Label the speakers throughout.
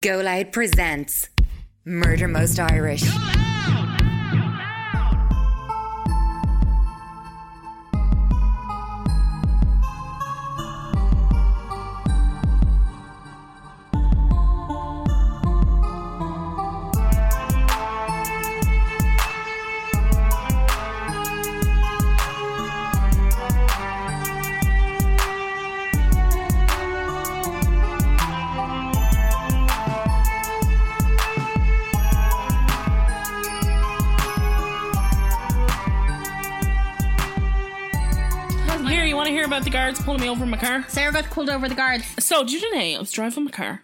Speaker 1: Go Light presents Murder Most Irish.
Speaker 2: Here, you want to hear about the guards pulling me over in my car?
Speaker 3: Sarah got pulled over the guards.
Speaker 2: So, did you today? I was driving my car,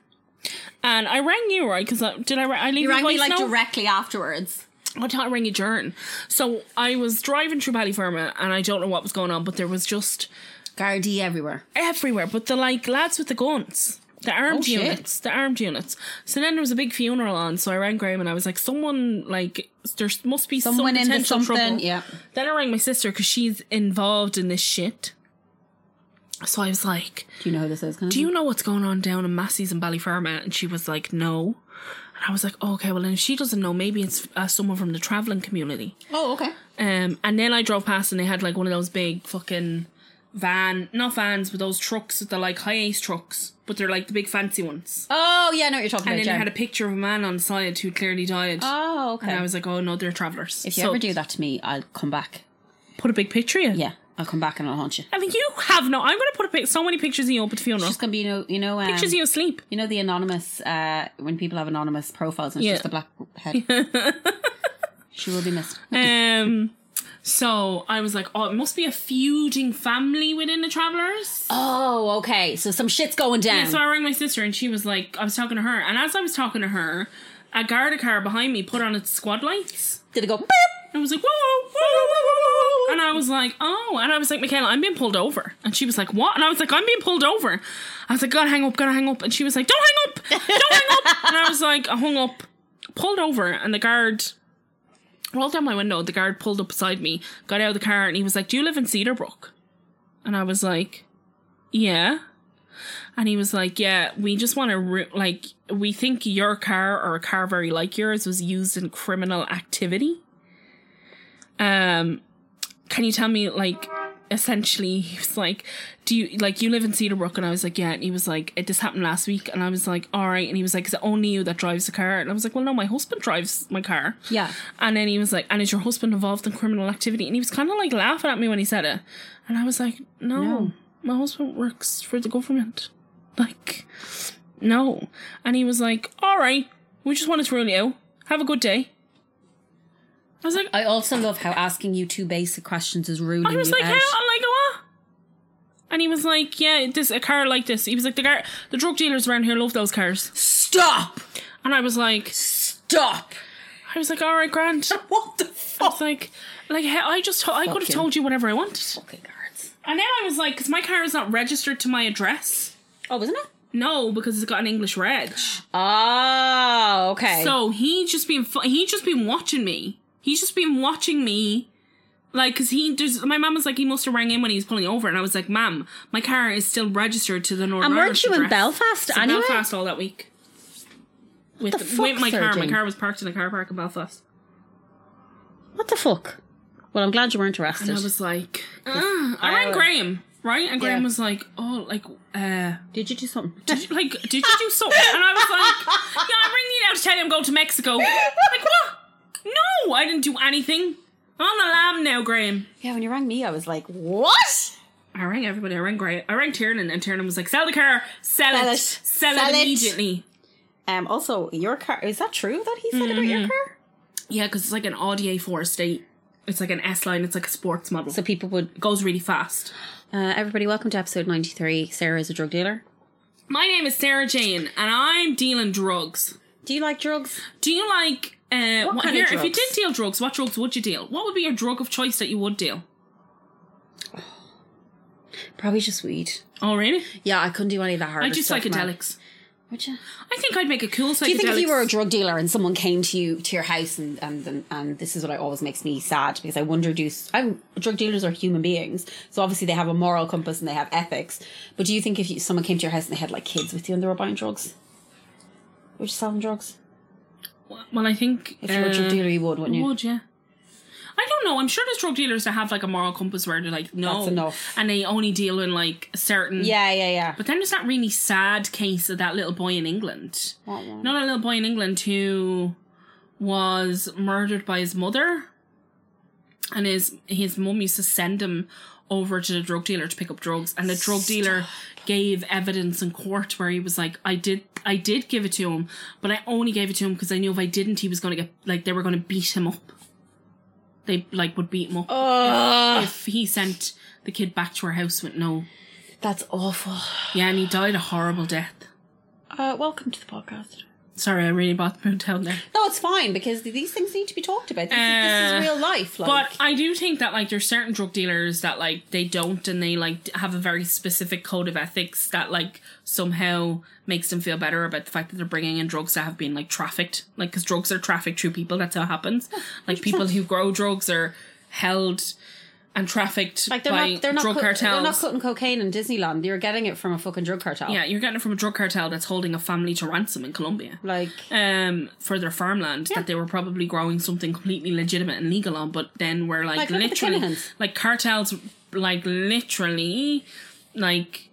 Speaker 2: and I rang you right because did I? ra- I leave
Speaker 3: You
Speaker 2: a
Speaker 3: rang me
Speaker 2: voice
Speaker 3: like
Speaker 2: note?
Speaker 3: directly afterwards.
Speaker 2: I thought I rang you during. So I was driving through Ballyferma, and I don't know what was going on, but there was just
Speaker 3: Guardie everywhere.
Speaker 2: everywhere. But the like lads with the guns. The armed
Speaker 3: Oh, shit.
Speaker 2: units, the armed units. So then there was a big funeral on. So I rang Graham and I was like, "Someone like there must be
Speaker 3: Someone
Speaker 2: some
Speaker 3: into
Speaker 2: potential
Speaker 3: something,
Speaker 2: trouble."
Speaker 3: yeah.
Speaker 2: Then I rang my sister because she's involved in this shit. So I was like,
Speaker 3: Do you know who this is? Kind
Speaker 2: do you know what's going on down in Massey's and Ballyferma? And she was like, no. And I was like, oh, okay, well, then if she doesn't know, maybe it's uh, someone from the traveling community.
Speaker 3: Oh, okay.
Speaker 2: Um, and then I drove past and they had like one of those big fucking van, not vans, but those trucks that are like high ace trucks, but they're like the big fancy ones.
Speaker 3: Oh, yeah, I know what you're
Speaker 2: and
Speaker 3: talking about.
Speaker 2: then they
Speaker 3: Jen.
Speaker 2: had a picture of a man on the side who clearly died.
Speaker 3: oh, okay.
Speaker 2: And I was like, oh no, they're travellers.
Speaker 3: if you
Speaker 2: So,
Speaker 3: ever do that to me, I'll come back.
Speaker 2: put a big picture in.
Speaker 3: Yeah, I'll come back and I'll haunt you.
Speaker 2: I think you have no. I'm going to put a pic- so many pictures of you up at the funeral.
Speaker 3: It's just gonna be you know you know um,
Speaker 2: pictures of you asleep.
Speaker 3: you know the anonymous uh when people have anonymous profiles and it's
Speaker 2: Yeah.
Speaker 3: just a black head. she will be missed.
Speaker 2: Um, so I was like, oh, it must be a feuding family within the Travelers.
Speaker 3: Oh, okay. So some shit's going down.
Speaker 2: So I rang my sister, and she was like, I was talking to her, and as I was talking to her, a Garda car behind me put on its squad lights.
Speaker 3: Did it go? Beep?
Speaker 2: I was like, whoa, whoa, whoa, whoa, whoa. And I was like, oh. And I was like, Michaela, I'm being pulled over. And she was like, what? And I was like, I'm being pulled over. I was like, gotta hang up, gotta hang up. And she was like, don't hang up, don't hang up. And I was like, I hung up, pulled over, and the guard rolled down my window. The guard pulled up beside me, got out of the car, and he was like, do you live in Cedarbrook? And I was like, yeah. And he was like, yeah, we just want to, re- like, we think your car or a car very like yours was used in criminal activity um can you tell me like essentially he was like do you like you live in cedarbrook and i was like yeah and he was like it just happened last week and i was like all right and he was like is it only you that drives the car and i was like well no my husband drives my car
Speaker 3: Yeah.
Speaker 2: and then he was like and is your husband involved in criminal activity and he was kind of like laughing at me when he said it and i was like no,
Speaker 3: No.
Speaker 2: my husband works for the government like no and he was like all right we just wanted to rule you out have a good day i was like
Speaker 3: I also love how asking you two basic questions is ruining
Speaker 2: I was
Speaker 3: you
Speaker 2: like,
Speaker 3: out.
Speaker 2: how? I'm like, what? And he was like, yeah, this a car like this. He was like, the car, the drug dealers around here love those cars.
Speaker 3: Stop!
Speaker 2: And I was like,
Speaker 3: Stop!
Speaker 2: I was like, all right, Grant.
Speaker 3: What the
Speaker 2: I
Speaker 3: fuck?
Speaker 2: was like, like he- I just, to- I could have
Speaker 3: Fucking-
Speaker 2: told you whatever I wanted.
Speaker 3: Okay, guards.
Speaker 2: And then I was like, because my car is not registered to my address.
Speaker 3: Oh, wasn't it?
Speaker 2: No, because it's got an English reg.
Speaker 3: Oh, okay.
Speaker 2: So he just been, fu- he just been watching me. He's just been watching me. Like, cause he, there's, my mum was like, he must have rang in when he was pulling over, and I was like, "Mum, my car is still registered to the Northern
Speaker 3: and weren't
Speaker 2: Irish
Speaker 3: you in
Speaker 2: address."
Speaker 3: Belfast
Speaker 2: in
Speaker 3: anyway?
Speaker 2: Belfast all that week. With,
Speaker 3: the fuck,
Speaker 2: with my car. My
Speaker 3: Sergeant?
Speaker 2: car was parked in a car park in Belfast.
Speaker 3: What the fuck? Well, I'm glad you weren't arrested.
Speaker 2: And I was like, "Ah." I rang Graham, right? And Graham
Speaker 3: Yeah.
Speaker 2: was like, oh, like, uh,
Speaker 3: Did you do something?
Speaker 2: did you, like, did you do something? And I was like, yeah, I'm ringing you now to tell you I'm going to Mexico. Like, what? No, I didn't do anything. I'm on the lam now, Graham.
Speaker 3: yeah, when you rang me, I was like, what?
Speaker 2: I rang everybody. I rang Graham. I rang Tiernan, and Tiernan was like, sell the car, sell,
Speaker 3: Sell
Speaker 2: it,
Speaker 3: it,
Speaker 2: sell,
Speaker 3: sell
Speaker 2: it,
Speaker 3: it."
Speaker 2: immediately.
Speaker 3: Um. Also, your car is that true that he said about your
Speaker 2: Mm-hmm.
Speaker 3: car?
Speaker 2: Yeah, because it's like an Audi A4 estate. It's like an S line. It's like a sports model.
Speaker 3: So people would.
Speaker 2: goes really fast.
Speaker 3: Uh, everybody, welcome to episode ninety three. Sarah is a drug dealer.
Speaker 2: My name is Sarah Jane, and I'm dealing drugs.
Speaker 3: Do you like drugs?
Speaker 2: Do you like uh,
Speaker 3: What
Speaker 2: what-
Speaker 3: kind of
Speaker 2: here, If you
Speaker 3: drugs?
Speaker 2: did deal drugs, what drugs would you deal? What would be your drug of choice that you would deal?
Speaker 3: Probably just weed.
Speaker 2: Oh, really?
Speaker 3: Yeah, I couldn't do any of the harder
Speaker 2: I do
Speaker 3: stuff, man.
Speaker 2: psychedelics.
Speaker 3: Would you?
Speaker 2: I think I'd make a cool psychedelic.
Speaker 3: Do you think if you were a drug dealer and someone came to you to your house and and and, and this is what I always makes me sad because I wonder do s- I'm drug dealers are human beings so obviously they have a moral compass and they have ethics but do you think if you, someone came to your house and they had like kids with you and they were buying drugs We're just selling drugs.
Speaker 2: Well, I think
Speaker 3: If you were a drug
Speaker 2: uh,
Speaker 3: dealer, you would, wouldn't you?
Speaker 2: Would yeah. I don't know. I'm sure there's drug dealers that have like a moral compass where they're like, no,
Speaker 3: That's enough.
Speaker 2: and they only deal in like certain.
Speaker 3: Yeah, yeah, yeah.
Speaker 2: But then there's that really sad case of that little boy in England.
Speaker 3: What one?
Speaker 2: Not a little boy in England who was murdered by his mother, and his his mum used to send him over to the drug dealer to pick up drugs, and the drug dealer gave evidence in court where he was like, "I did, I did give it to him, but I only gave it to him because I knew if I didn't, he was going to get like they were going to beat him up. They like would beat
Speaker 3: Oh.
Speaker 2: him up
Speaker 3: Ugh.
Speaker 2: if he sent the kid back to her house with no,
Speaker 3: That's awful.
Speaker 2: yeah, and he died a horrible death."
Speaker 3: Uh, welcome to the podcast.
Speaker 2: Sorry, I really bought the mood down there.
Speaker 3: No, it's fine because th- these things need to be talked about. This, is, this
Speaker 2: Uh,
Speaker 3: is real life. Like,
Speaker 2: But I do think that like there's certain drug dealers that like they don't and they like have a very specific code of ethics that like somehow makes them feel better about the fact that they're bringing in drugs that have been like trafficked, like because drugs are trafficked through people. That's how it happens. Like people who grow drugs are held and trafficked
Speaker 3: like they're
Speaker 2: by
Speaker 3: not they're not
Speaker 2: drug
Speaker 3: cut-
Speaker 2: cartels.
Speaker 3: they're not cutting cocaine in Disneyland. You're getting it from a fucking drug cartel.
Speaker 2: yeah, you're getting it from a drug cartel that's holding a family to ransom in Colombia.
Speaker 3: Like
Speaker 2: um for their farmland that they were probably growing something completely legitimate and legal on, but then were like,
Speaker 3: Like, look at the
Speaker 2: literally
Speaker 3: Kinahans.
Speaker 2: like cartels like literally like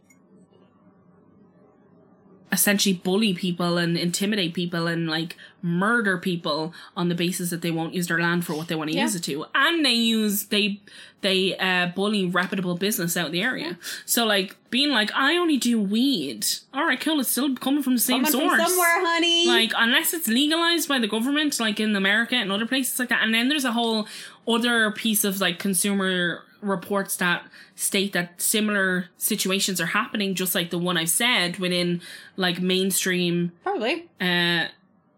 Speaker 2: essentially bully people and intimidate people and like murder people on the basis that they won't use their land for what they want to
Speaker 3: Yeah.
Speaker 2: use it to and they use they they uh bully reputable business out in the area so like being like i only do weed all right cool it's still coming from the same
Speaker 3: coming
Speaker 2: source
Speaker 3: from somewhere, honey.
Speaker 2: like unless it's legalized by the government like in america and other places like that and then there's a whole other piece of like consumer reports that state that similar situations are happening just like the one i said within like mainstream
Speaker 3: probably
Speaker 2: uh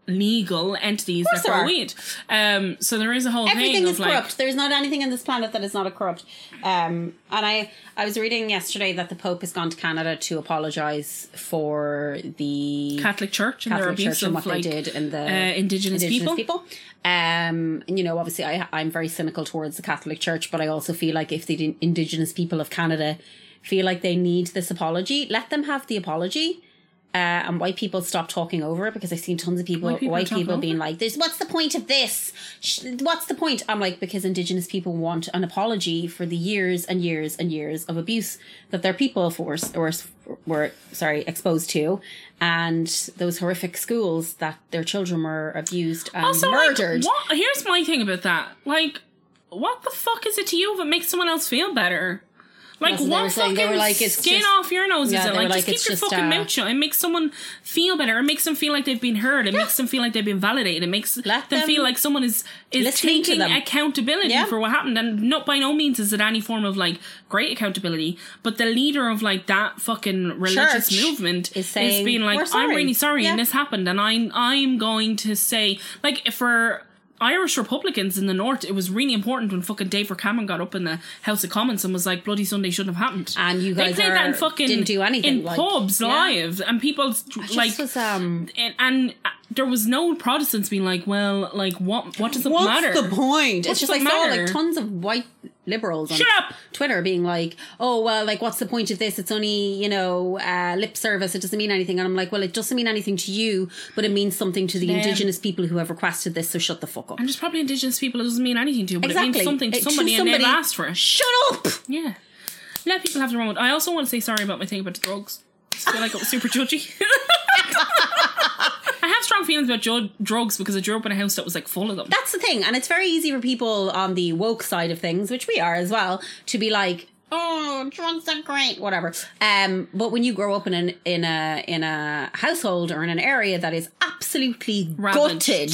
Speaker 2: legal entities
Speaker 3: Of course
Speaker 2: that grow
Speaker 3: there are.
Speaker 2: weed um so there is a whole
Speaker 3: everything
Speaker 2: thing
Speaker 3: is
Speaker 2: of like
Speaker 3: corrupt. There's not anything on this planet that is not a corrupt. Um, and I I was reading yesterday that the Pope has gone to Canada to apologize for the
Speaker 2: catholic church and their
Speaker 3: Catholic
Speaker 2: abuse
Speaker 3: Church and
Speaker 2: of
Speaker 3: what
Speaker 2: like
Speaker 3: they did in the
Speaker 2: uh, indigenous, people,
Speaker 3: Um, and, you know, obviously, I, I'm very cynical towards the Catholic Church, but I also feel like if the di- indigenous people of Canada feel like they need this apology, let them have the apology. Uh, and white people stop talking over it because I've seen tons of people,
Speaker 2: White people
Speaker 3: white
Speaker 2: talk
Speaker 3: people
Speaker 2: over
Speaker 3: being like, "There's what's the point of this? Sh- What's the point?" I'm like, because Indigenous people want an apology for the years and years and years of abuse that their people for or were sorry exposed to, and those horrific schools that their children were abused and
Speaker 2: also
Speaker 3: murdered.
Speaker 2: like what here's my thing about that like what the fuck is it to you if it makes someone else feel better like
Speaker 3: That's what they were
Speaker 2: what
Speaker 3: saying.
Speaker 2: fucking
Speaker 3: They were like, it's
Speaker 2: skin
Speaker 3: just-
Speaker 2: off your nose
Speaker 3: Yeah,
Speaker 2: is it
Speaker 3: they were
Speaker 2: like, just
Speaker 3: like,
Speaker 2: keep
Speaker 3: it's
Speaker 2: your
Speaker 3: just,
Speaker 2: fucking
Speaker 3: uh,
Speaker 2: mouth shut it makes someone feel better it makes them feel like they've been heard it makes them feel like they've been validated it makes
Speaker 3: Let
Speaker 2: them,
Speaker 3: them-
Speaker 2: feel like someone is is
Speaker 3: Listening to
Speaker 2: taking
Speaker 3: them.
Speaker 2: accountability
Speaker 3: Yeah.
Speaker 2: for what happened and not by no means is it any form of like great accountability but the leader of like that fucking religious
Speaker 3: Church
Speaker 2: movement
Speaker 3: is saying,
Speaker 2: being like
Speaker 3: "We're
Speaker 2: i'm
Speaker 3: sorry."
Speaker 2: really sorry
Speaker 3: Yeah.
Speaker 2: and this happened and i'm i'm going to say like if for Irish Republicans in the North, it was really important when fucking David Cameron got up in the House of Commons and was like, "Bloody Sunday shouldn't have happened."
Speaker 3: And you
Speaker 2: they
Speaker 3: guys
Speaker 2: played that in
Speaker 3: are-
Speaker 2: fucking
Speaker 3: didn't do anything,
Speaker 2: in
Speaker 3: like,
Speaker 2: pubs
Speaker 3: yeah.
Speaker 2: live, and people
Speaker 3: Just
Speaker 2: like
Speaker 3: was, um,
Speaker 2: and, and uh, there was no Protestants being like, "Well, like what? What does it matter?"
Speaker 3: point?
Speaker 2: What's
Speaker 3: it's just
Speaker 2: the
Speaker 3: like saw
Speaker 2: matter?
Speaker 3: like tons of white liberals on
Speaker 2: Shut up!
Speaker 3: Twitter being like, "Oh well, like what's the point of this? It's only you know uh, lip service. It doesn't mean anything." And I'm like, "Well, it doesn't mean anything to you, but it means something to the
Speaker 2: Them.
Speaker 3: indigenous people who have requested this. So shut the fuck up."
Speaker 2: and there's probably indigenous people. It doesn't mean anything to you, but it means something to
Speaker 3: It-
Speaker 2: somebody, and they've asked for it.
Speaker 3: Shut up.
Speaker 2: Yeah. Let people have their moment. I also want to say sorry about my thing about the drugs. I feel like it was super judgy. I have strong feelings about ju- drugs because I grew up in a house that was like full of them.
Speaker 3: That's the thing, and it's very easy for people on the woke side of things, which we are as well, to be like, "Oh, drugs are great," whatever. Um, but when you grow up in an in a in a household or in an area that is absolutely
Speaker 2: Ravaged.
Speaker 3: gutted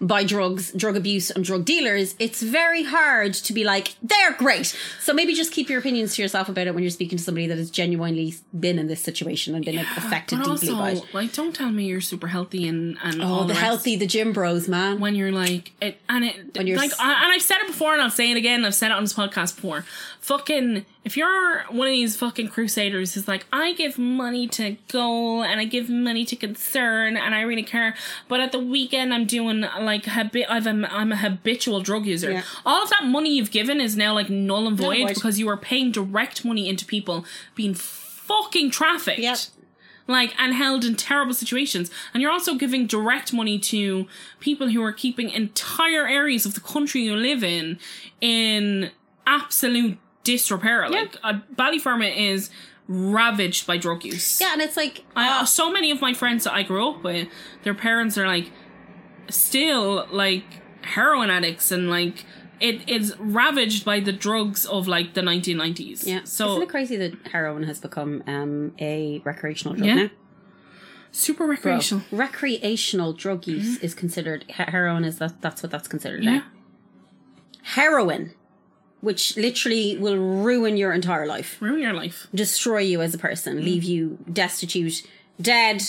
Speaker 3: by drugs, drug abuse, and drug dealers, it's very hard to be like, "They're great." So maybe just keep your opinions to yourself about it when you're speaking to somebody that has genuinely been in this situation and been affected
Speaker 2: But
Speaker 3: deeply
Speaker 2: also,
Speaker 3: by it.
Speaker 2: like, don't tell me you're super healthy and and all
Speaker 3: Oh, the
Speaker 2: rest.
Speaker 3: healthy, the gym bros, man.
Speaker 2: when you're like it and it
Speaker 3: When you're
Speaker 2: like
Speaker 3: s-
Speaker 2: I, and I've said it before and I'll say it again. I've said it on this podcast before. Fucking if you're one of these fucking crusaders who's like I give money to goal and I give money to concern and I really care, but at the weekend I'm doing like habi- I've a, I'm a habitual drug user.
Speaker 3: Yeah.
Speaker 2: All of that money you've given is now like null and void
Speaker 3: void.
Speaker 2: because you are paying direct money into people being fucking trafficked.
Speaker 3: Yep.
Speaker 2: like and held in terrible situations. And you're also giving direct money to people who are keeping entire areas of the country you live in in absolute disrepair. Like uh, Ballyfermot is ravaged by drug use.
Speaker 3: Yeah, and it's like
Speaker 2: I, uh,
Speaker 3: ah,
Speaker 2: so many of my friends that I grew up with, their parents are like still like heroin addicts and like it is ravaged by the drugs of like the 1990s.
Speaker 3: yeah.
Speaker 2: So
Speaker 3: isn't it crazy that heroin has become um, a recreational drug
Speaker 2: Yeah.
Speaker 3: now?
Speaker 2: super
Speaker 3: Bro,
Speaker 2: recreational.
Speaker 3: recreational drug use is considered he- heroin. Is that that's what that's considered?
Speaker 2: Mm-hmm. Yeah.
Speaker 3: Now. Heroin, which literally will ruin your entire life,
Speaker 2: Ruin your life.
Speaker 3: destroy you as a
Speaker 2: Mm-hmm.
Speaker 3: person, leave you destitute, dead,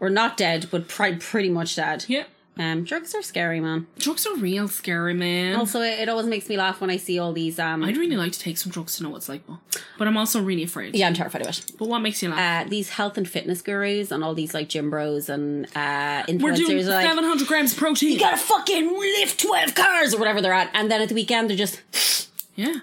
Speaker 3: or not dead, but pri- pretty much dead.
Speaker 2: Yeah.
Speaker 3: Um, drugs are scary, man.
Speaker 2: Drugs are real scary, man.
Speaker 3: Also, it, it always makes me laugh when I see all these. Um,
Speaker 2: I'd really like to take some drugs to know what's like, though. but I'm also really afraid.
Speaker 3: yeah, I'm terrified of it.
Speaker 2: But what makes you laugh?
Speaker 3: Uh, these health and fitness gurus and all these like gym bros and uh, influencers
Speaker 2: We're doing
Speaker 3: are like,
Speaker 2: 700 grams of protein.
Speaker 3: you gotta fucking lift 12 cars or whatever they're at. And then at the weekend, they're just,
Speaker 2: yeah.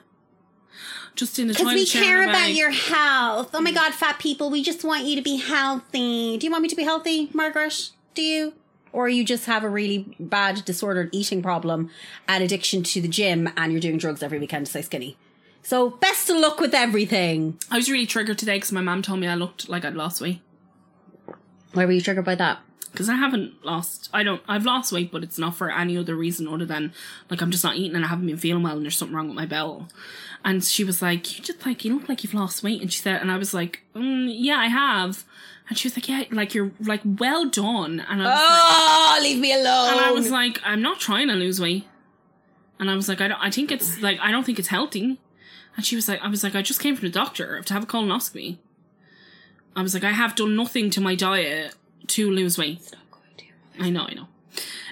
Speaker 2: Just in the
Speaker 3: because
Speaker 2: toilet
Speaker 3: we
Speaker 2: sharing
Speaker 3: care
Speaker 2: a
Speaker 3: about
Speaker 2: bag.
Speaker 3: your health. Oh my God, fat people, we just want you to be healthy. Do you want me to be healthy, Margaret? Do you? Or you just have a really bad, disordered eating problem and addiction to the gym and you're doing drugs every weekend to stay skinny. So, best of luck with everything.
Speaker 2: I was really triggered today because my mum told me I looked like I'd lost weight.
Speaker 3: Why were you triggered by that?
Speaker 2: because I haven't lost. I don't. I've lost weight, but it's not for any other reason other than like I'm just not eating and I haven't been feeling well and there's something wrong with my bowel. And she was like, "You just like you look like you've lost weight," and she said, and I was like, mm, "Yeah, I have." And she was like, "Yeah, like you're like well done," and I was like,
Speaker 3: Oh, leave me alone.
Speaker 2: and I was like, "I'm not trying to lose weight," and I was like, "I don't. I think it's like I don't think it's healthy." And she was like, "I was like, I just came from the doctor to have a colonoscopy." I was like, "I have done nothing to my diet to lose weight."
Speaker 3: Not going to.
Speaker 2: I know, I know.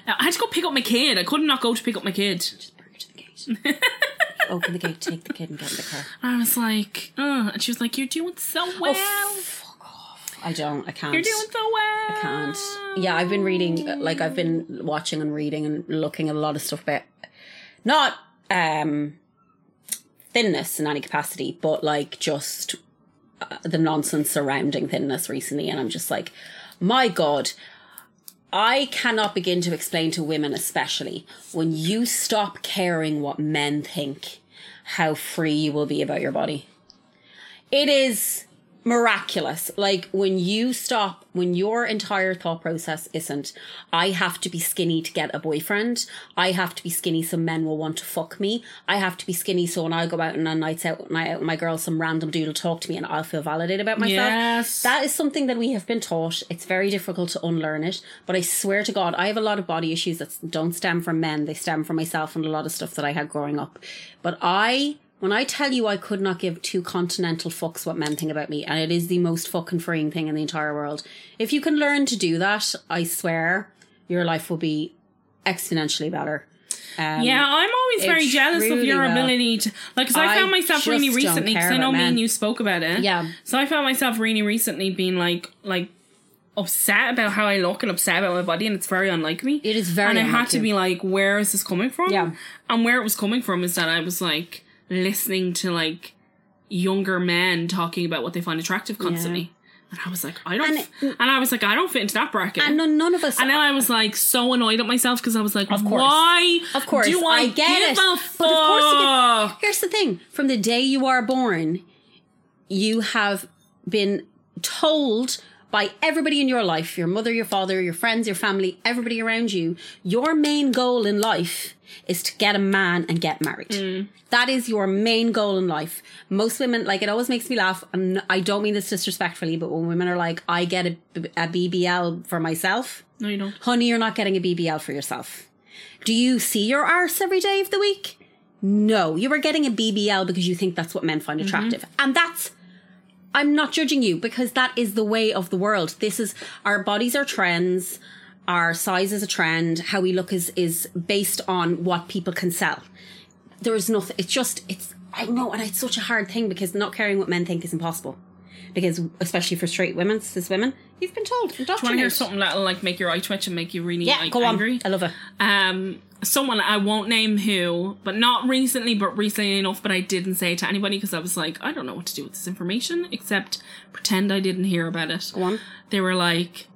Speaker 2: Uh, I had to go pick up my kid. I could not go to pick up my kid.
Speaker 3: Just bring her to the gate. Open the gate, take the kid, and get in the car.
Speaker 2: And I was like, "Ugh." and she was like, "You're doing so well.
Speaker 3: I don't. I can't.
Speaker 2: You're doing so well." I
Speaker 3: can't. Yeah, I've been reading. uh, Like I've been watching and reading and looking at a lot of stuff about not um thinness in any capacity, but like just uh, the nonsense surrounding thinness recently, and I'm just like, my god. I cannot begin to explain to women, especially when you stop caring what men think, how free you will be about your body. It is miraculous. Like when you stop, when your entire thought process isn't, I have to be skinny to get a boyfriend. I have to be skinny so men will want to fuck me. I have to be skinny so when I go out on a nights out, night out with my girls, some random dude will talk to me and I'll feel validated about myself.
Speaker 2: Yes.
Speaker 3: That is something that we have been taught. It's very difficult to unlearn it, but I swear to God, I have a lot of body issues that don't stem from men. They stem from myself and a lot of stuff that I had growing up. But I, when I tell you I could not give two continental fucks what men think about me, and it is the most fucking freeing thing in the entire world. If you can learn to do that, I swear your life will be exponentially better. Um,
Speaker 2: Yeah, I'm always very jealous of
Speaker 3: truly
Speaker 2: your
Speaker 3: will.
Speaker 2: ability to, like, because I,
Speaker 3: I
Speaker 2: found myself really
Speaker 3: just don't
Speaker 2: recently. Because
Speaker 3: care
Speaker 2: I know me
Speaker 3: about men.
Speaker 2: and you spoke about it.
Speaker 3: Yeah.
Speaker 2: So I found myself really recently being like, like, upset about how I look and upset about my body, and it's very unlike me.
Speaker 3: It is very
Speaker 2: and I
Speaker 3: unlike
Speaker 2: had to
Speaker 3: you.
Speaker 2: be like, where is this coming from?
Speaker 3: Yeah.
Speaker 2: And where it was coming from is that I was like listening to like younger men talking about what they find attractive constantly, and I was like, I don't,
Speaker 3: And
Speaker 2: f- and, I was like, I don't fit into that bracket.
Speaker 3: And no, none of us.
Speaker 2: And then I was like so annoyed at myself because I was like,
Speaker 3: course.
Speaker 2: why?
Speaker 3: Of course,
Speaker 2: do I,
Speaker 3: I get
Speaker 2: give
Speaker 3: it.
Speaker 2: a
Speaker 3: But of course you get-
Speaker 2: fuck?
Speaker 3: Here's the thing from the day you are born, you have been told by everybody in your life your mother, your father, your friends, your family, everybody around you your main goal in life is to get a man and get married.
Speaker 2: Mm.
Speaker 3: That is your main goal in life. Most women, like, it always makes me laugh. And I don't mean this disrespectfully, but when women are like, I get a, a BBL for myself,
Speaker 2: No, you don't.
Speaker 3: honey, you're not getting a BBL for yourself. Do you see your arse every day of the week? No, you are getting a BBL because you think that's what men find attractive. And that's, I'm not judging you because that is the way of the world. This is, our bodies are trends, our size is a trend, how we look is, is based on what people can sell there is nothing. It's just it's. I know, and it's such a hard thing because not caring what men think is impossible. Because especially for straight women, cis women, you've been told.
Speaker 2: Do you want to hear something that'll like make your eye twitch and make you really
Speaker 3: Yeah,
Speaker 2: like
Speaker 3: go on.
Speaker 2: angry?
Speaker 3: I love it.
Speaker 2: Um, someone I won't name who, but not recently, but recently enough, but I didn't say it to anybody because I was like, I don't know what to do with this information except pretend I didn't hear about it.
Speaker 3: Go on.
Speaker 2: They were like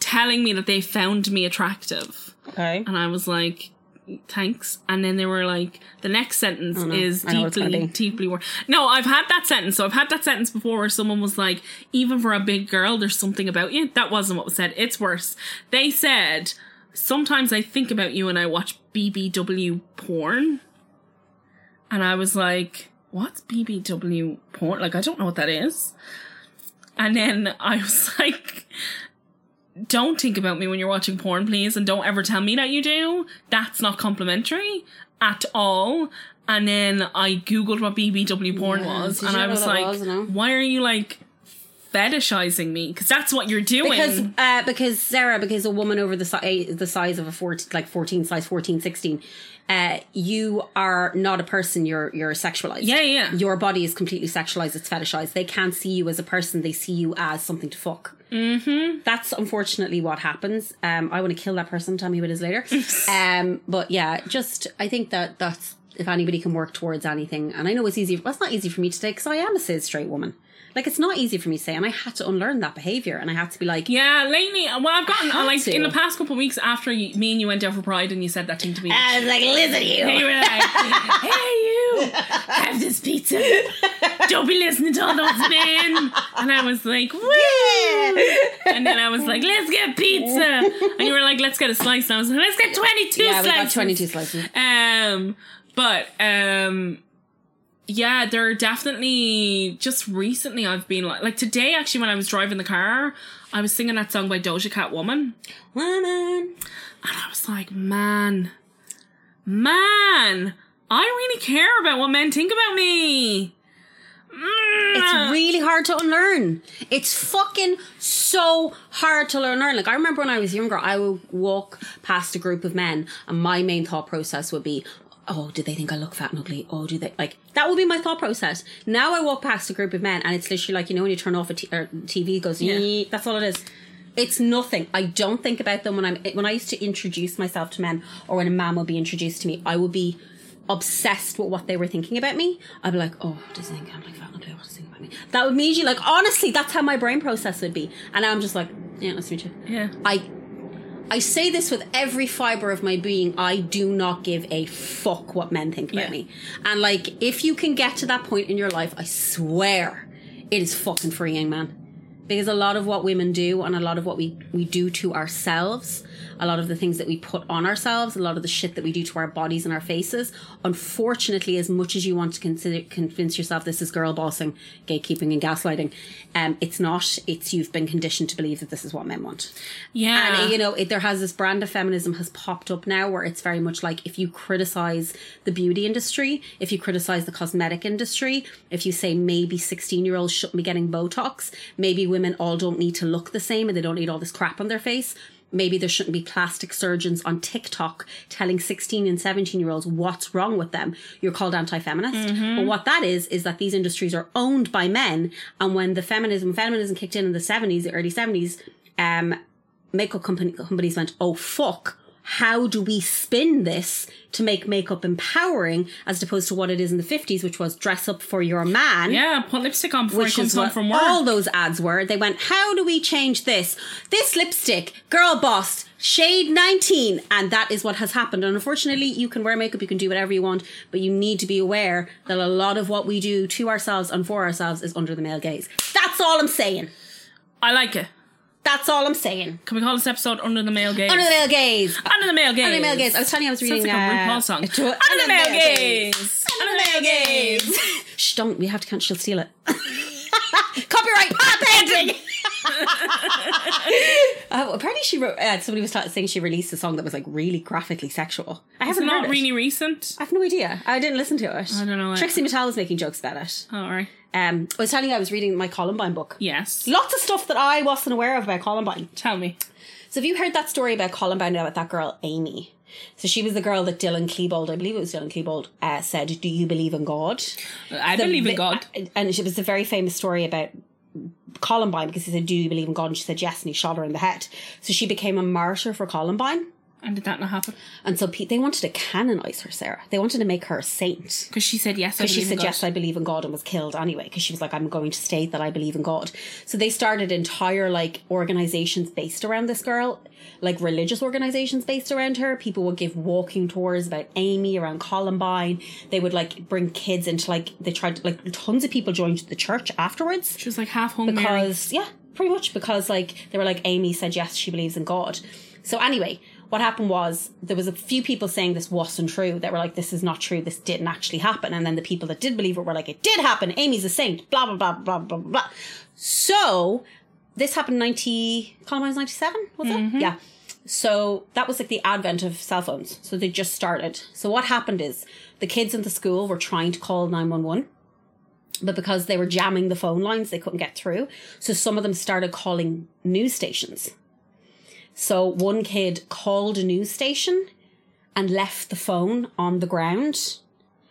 Speaker 2: telling me that they found me attractive.
Speaker 3: Okay.
Speaker 2: And I was like, thanks. And then they were like, the next sentence is
Speaker 3: Oh, I know what it's gonna
Speaker 2: deeply,
Speaker 3: be.
Speaker 2: deeply wor No, I've had that sentence. So I've had that sentence before where someone was like, even for a big girl, there's something about you. That wasn't what was said. It's worse. They said, sometimes I think about you and I watch BBW porn. And I was like, what's BBW porn? Like, I don't know what that is. And then I was like, don't think about me when you're watching porn, please, and don't ever tell me that you do. That's not complimentary at all. And then I googled what BBW porn
Speaker 3: Yeah,
Speaker 2: was,
Speaker 3: did
Speaker 2: and
Speaker 3: you
Speaker 2: I
Speaker 3: know
Speaker 2: was
Speaker 3: what it
Speaker 2: like,
Speaker 3: was, no?
Speaker 2: why are you like fetishizing me? Because that's what you're doing.
Speaker 3: Because uh, because Sarah, because a woman over the si- the size of a 14, like 14, size 14, 16, uh, you are not a person, you're you're sexualized.
Speaker 2: Yeah, yeah.
Speaker 3: Your body is completely sexualized, it's fetishized. They can't see you as a person, they see you as something to fuck. Mm-hmm. That's unfortunately what happens. Um, I want to kill that person, tell me what it is later. um, but yeah, just, I think that that's, if anybody can work towards anything, and I know it's easy, well, it's not easy for me to say, because I am a cis straight woman. Like, it's not easy for me to say, and I had to unlearn that behavior, and I had to be like,
Speaker 2: yeah, lately, well, I've gotten
Speaker 3: had
Speaker 2: like
Speaker 3: to.
Speaker 2: in the past couple of weeks after you, me and you went out for Pride, and you said that thing to me.
Speaker 3: I was like, listen to
Speaker 2: And you
Speaker 3: you.
Speaker 2: were like, hey, you, have this pizza. Don't be listening to all those men. And I was like, woo. And then I was like, let's get pizza. And you were like, let's get a slice. And I was like, let's get 22
Speaker 3: Yeah, we
Speaker 2: slices.
Speaker 3: got 22 slices.
Speaker 2: Um, but, um, yeah, there are definitely just recently I've been like, like today actually when I was driving the car, I was singing that song by Doja Cat Woman.
Speaker 3: Woman.
Speaker 2: I was like, man, man, I really care about what men think about me. Mm.
Speaker 3: It's really hard to unlearn. It's fucking so hard to unlearn. Like I remember when I was younger, I would walk past a group of men, and my main thought process would be, "Oh, do they think I look fat and ugly? Oh, do they like?" That would be my thought process. Now I walk past a group of men, and it's literally like you know when you turn off a t- or TV, it goes, "Ee," "That's all it is." It's nothing. I don't think about them when I'm when I used to introduce myself to men, or when a man would be introduced to me, I would be obsessed with what they were thinking about me. I'd be like, oh, does he think I'm like fat and ugly? What does he think about me? That would immediately like honestly, that's how my brain process would be. And I'm just like, yeah, nice to meet you.
Speaker 2: Yeah.
Speaker 3: I I say this with every fiber of my being. I do not give a fuck what men think about
Speaker 2: Yeah.
Speaker 3: me. And like, if you can get to that point in your life, I swear it is fucking freeing, man. Because a lot of what women do and a lot of what we, we do to ourselves, a lot of the things that we put on ourselves, a lot of the shit that we do to our bodies and our faces, unfortunately, as much as you want to consider convince yourself this is girl bossing, gatekeeping and gaslighting, um, it's not. It's you've been conditioned to believe that this is what men want.
Speaker 2: Yeah.
Speaker 3: And you know, it, there has this brand of feminism has popped up now where it's very much like if you criticize the beauty industry, if you criticize the cosmetic industry, if you say maybe 16 year olds shouldn't be getting Botox, maybe women all don't need to look the same and they don't need all this crap on their face. Maybe there shouldn't be plastic surgeons on TikTok telling 16 and 17 year olds what's wrong with them. You're called anti feminist. But what that is, is that these industries are owned by men. And when the feminism, feminism kicked in in the 70s, the early 70s, um, makeup company, companies went, oh fuck, how do we spin this to make makeup empowering as opposed to what it is in the 50s, which was dress up for your man?
Speaker 2: yeah, put lipstick on before he
Speaker 3: Which
Speaker 2: comes
Speaker 3: is
Speaker 2: home
Speaker 3: what
Speaker 2: from work.
Speaker 3: all those ads were. They went, how do we change this? This lipstick, girl boss, shade 19. And that is what has happened. And unfortunately, you can wear makeup, you can do whatever you want, but you need to be aware that a lot of what we do to ourselves and for ourselves is under the male gaze. That's all I'm saying.
Speaker 2: I like it.
Speaker 3: That's all I'm saying.
Speaker 2: Can we call this episode Under the Male Gaze?
Speaker 3: Under the male gaze.
Speaker 2: Under the Male Gaze.
Speaker 3: Under the male gaze. I was telling you, I was
Speaker 2: Sounds
Speaker 3: reading
Speaker 2: like a
Speaker 3: uh,
Speaker 2: RuPaul song.
Speaker 3: to-
Speaker 2: Under the Male Gaze. Under the Male Gaze.
Speaker 3: Shh, don't. We have to. Can't. She'll steal it. Copyright. Pat painting. uh, apparently, she wrote. Uh, somebody was ta- saying she released a song that was like really graphically sexual. I
Speaker 2: It's
Speaker 3: haven't
Speaker 2: not
Speaker 3: heard it.
Speaker 2: really recent.
Speaker 3: I have no idea. I didn't listen to it.
Speaker 2: I don't know it.
Speaker 3: Trixie Mattel was making jokes about it.
Speaker 2: Oh, all right.
Speaker 3: Um, I was telling you I was reading my Columbine book.
Speaker 2: Yes.
Speaker 3: Lots of stuff that I wasn't aware of about Columbine.
Speaker 2: Tell me.
Speaker 3: So have you heard that story about Columbine about that girl Amy? So she was the girl that Dylan Klebold, I believe it was Dylan Klebold, uh, said, "Do you believe in God?"
Speaker 2: I
Speaker 3: The
Speaker 2: believe in
Speaker 3: vi-
Speaker 2: God.
Speaker 3: and it was a very famous story about Columbine because he said, "Do you believe in God?" And she said, "Yes," and he shot her in the head. So she became a martyr for Columbine.
Speaker 2: And did that not happen?
Speaker 3: And so Pete, they wanted to canonize her, Sarah. They wanted to make her a saint.
Speaker 2: Because she said yes. I
Speaker 3: She
Speaker 2: believe in
Speaker 3: said,
Speaker 2: God.
Speaker 3: Yes, I believe in God, and was killed anyway, because she was like, I'm going to state that I believe in God. So they started entire, like, organizations based around this girl, like religious organizations based around her. People would give walking tours about Amy, around Columbine. They would, like, bring kids into, like, they tried, to, like, tons of people joined the church afterwards
Speaker 2: She was like half hung Mary.
Speaker 3: because yeah pretty much because like they were like amy said yes she believes in god so anyway what happened was there was a few people saying this wasn't true that were like this is not true this didn't actually happen and then the people that did believe it were like it did happen amy's a saint blah blah blah blah blah blah blah so this happened 90 Columbine's 97 was it yeah so that was like the advent of cell phones so they just started so what happened is the kids in the school were trying to call 911 but because they were jamming the phone lines, they couldn't get through. So some of them started calling news stations. So one kid called a news station and left the phone on the ground.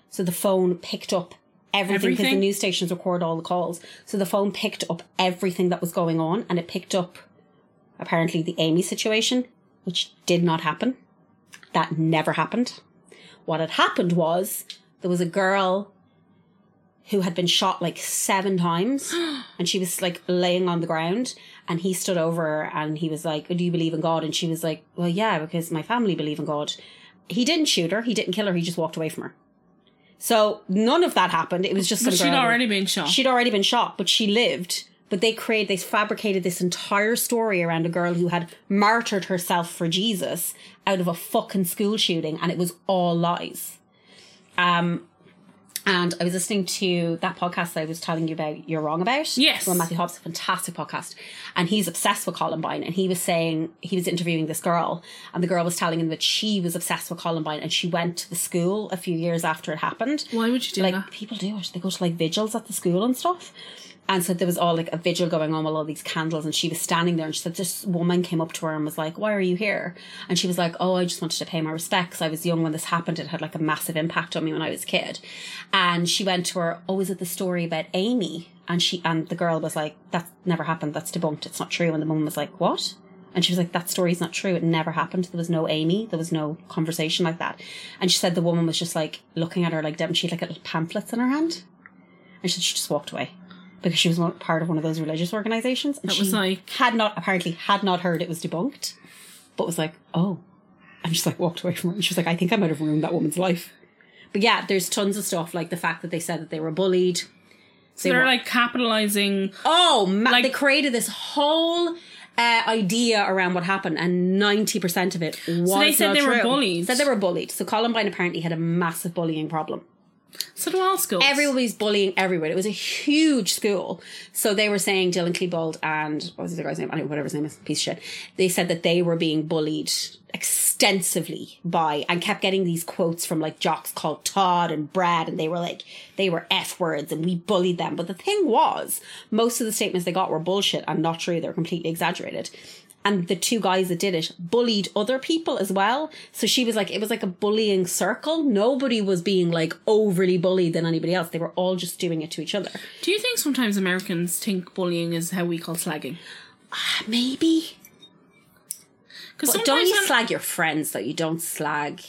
Speaker 3: So the phone picked up everything because the
Speaker 2: Everything?
Speaker 3: news stations record all the calls. So the phone picked up everything that was going on and it picked up apparently the Amy situation, which did not happen. That never happened. What had happened was there was a girl who had been shot like seven times and she was like laying on the ground and he stood over her and he was like do you believe in god and she was like well yeah because my family believe in god he didn't shoot her he didn't kill her he just walked away from her so none of that happened it was just some
Speaker 2: But she'd
Speaker 3: girl-
Speaker 2: already been shot.
Speaker 3: she'd already been shot but she lived but they created they fabricated this entire story around a girl who had martyred herself for jesus out of a fucking school shooting and it was all lies and I was listening to that podcast that I was telling you about, You're Wrong About.
Speaker 2: Yes.
Speaker 3: Well, Matthew Hobbs, a fantastic podcast. And he's obsessed with Columbine. And he was saying, he was interviewing this girl, and the girl was telling him that she was obsessed with Columbine and she went to the school a few years after it happened.
Speaker 2: Why would you do
Speaker 3: like,
Speaker 2: that?
Speaker 3: people do it. They go to like vigils at the school and stuff. And so there was all like a vigil going on with all these candles, and she was standing there. And she said, This woman came up to her and was like, Why are you here? And she was like, Oh, I just wanted to pay my respects. I was young when this happened. It had like a massive impact on me when I was a kid. And she went to her, Oh, is it the story about Amy? And she and the girl was like, That never happened. That's debunked. It's not true. And the woman was like, What? And she was like, That story's not true. It never happened. There was no Amy. There was no conversation like that. And she said the woman was just like looking at her like that. And she had like little pamphlets in her hand. And she, she just walked away because she was one, part of one of those religious organizations. And
Speaker 2: That
Speaker 3: she
Speaker 2: was like-
Speaker 3: had not, apparently, had not heard it was debunked, but was like, Oh. And just like walked away from her. And she was like, I think I might have ruined that woman's life. But yeah, there's tons of stuff like the fact that they said that they were bullied.
Speaker 2: So they're like capitalizing.
Speaker 3: Oh, ma-
Speaker 2: Like-
Speaker 3: they created this whole uh, idea around what happened, and ninety percent of it was
Speaker 2: So they said
Speaker 3: not
Speaker 2: they were
Speaker 3: true.
Speaker 2: bullied.
Speaker 3: Said they were bullied. So Columbine apparently had a massive bullying problem.
Speaker 2: So do all schools.
Speaker 3: Everybody's bullying everyone. It was a huge school. So they were saying Dylan Klebold and what was the guy's name? I don't know, whatever his name is, piece of shit. They said that they were being bullied extensively by and kept getting these quotes from like jocks called Todd and Brad and they were like they were F words and we bullied them. But the thing was, most of the statements they got were bullshit and not true. They're completely exaggerated. And the two guys that did it bullied other people as well. So she was like, it was like a bullying circle. Nobody was being like overly bullied than anybody else. They were all just doing it to each other.
Speaker 2: Do you think sometimes Americans think bullying is how we call slagging?
Speaker 3: Maybe.
Speaker 2: Because
Speaker 3: But don't you slag your friends though. You don't slag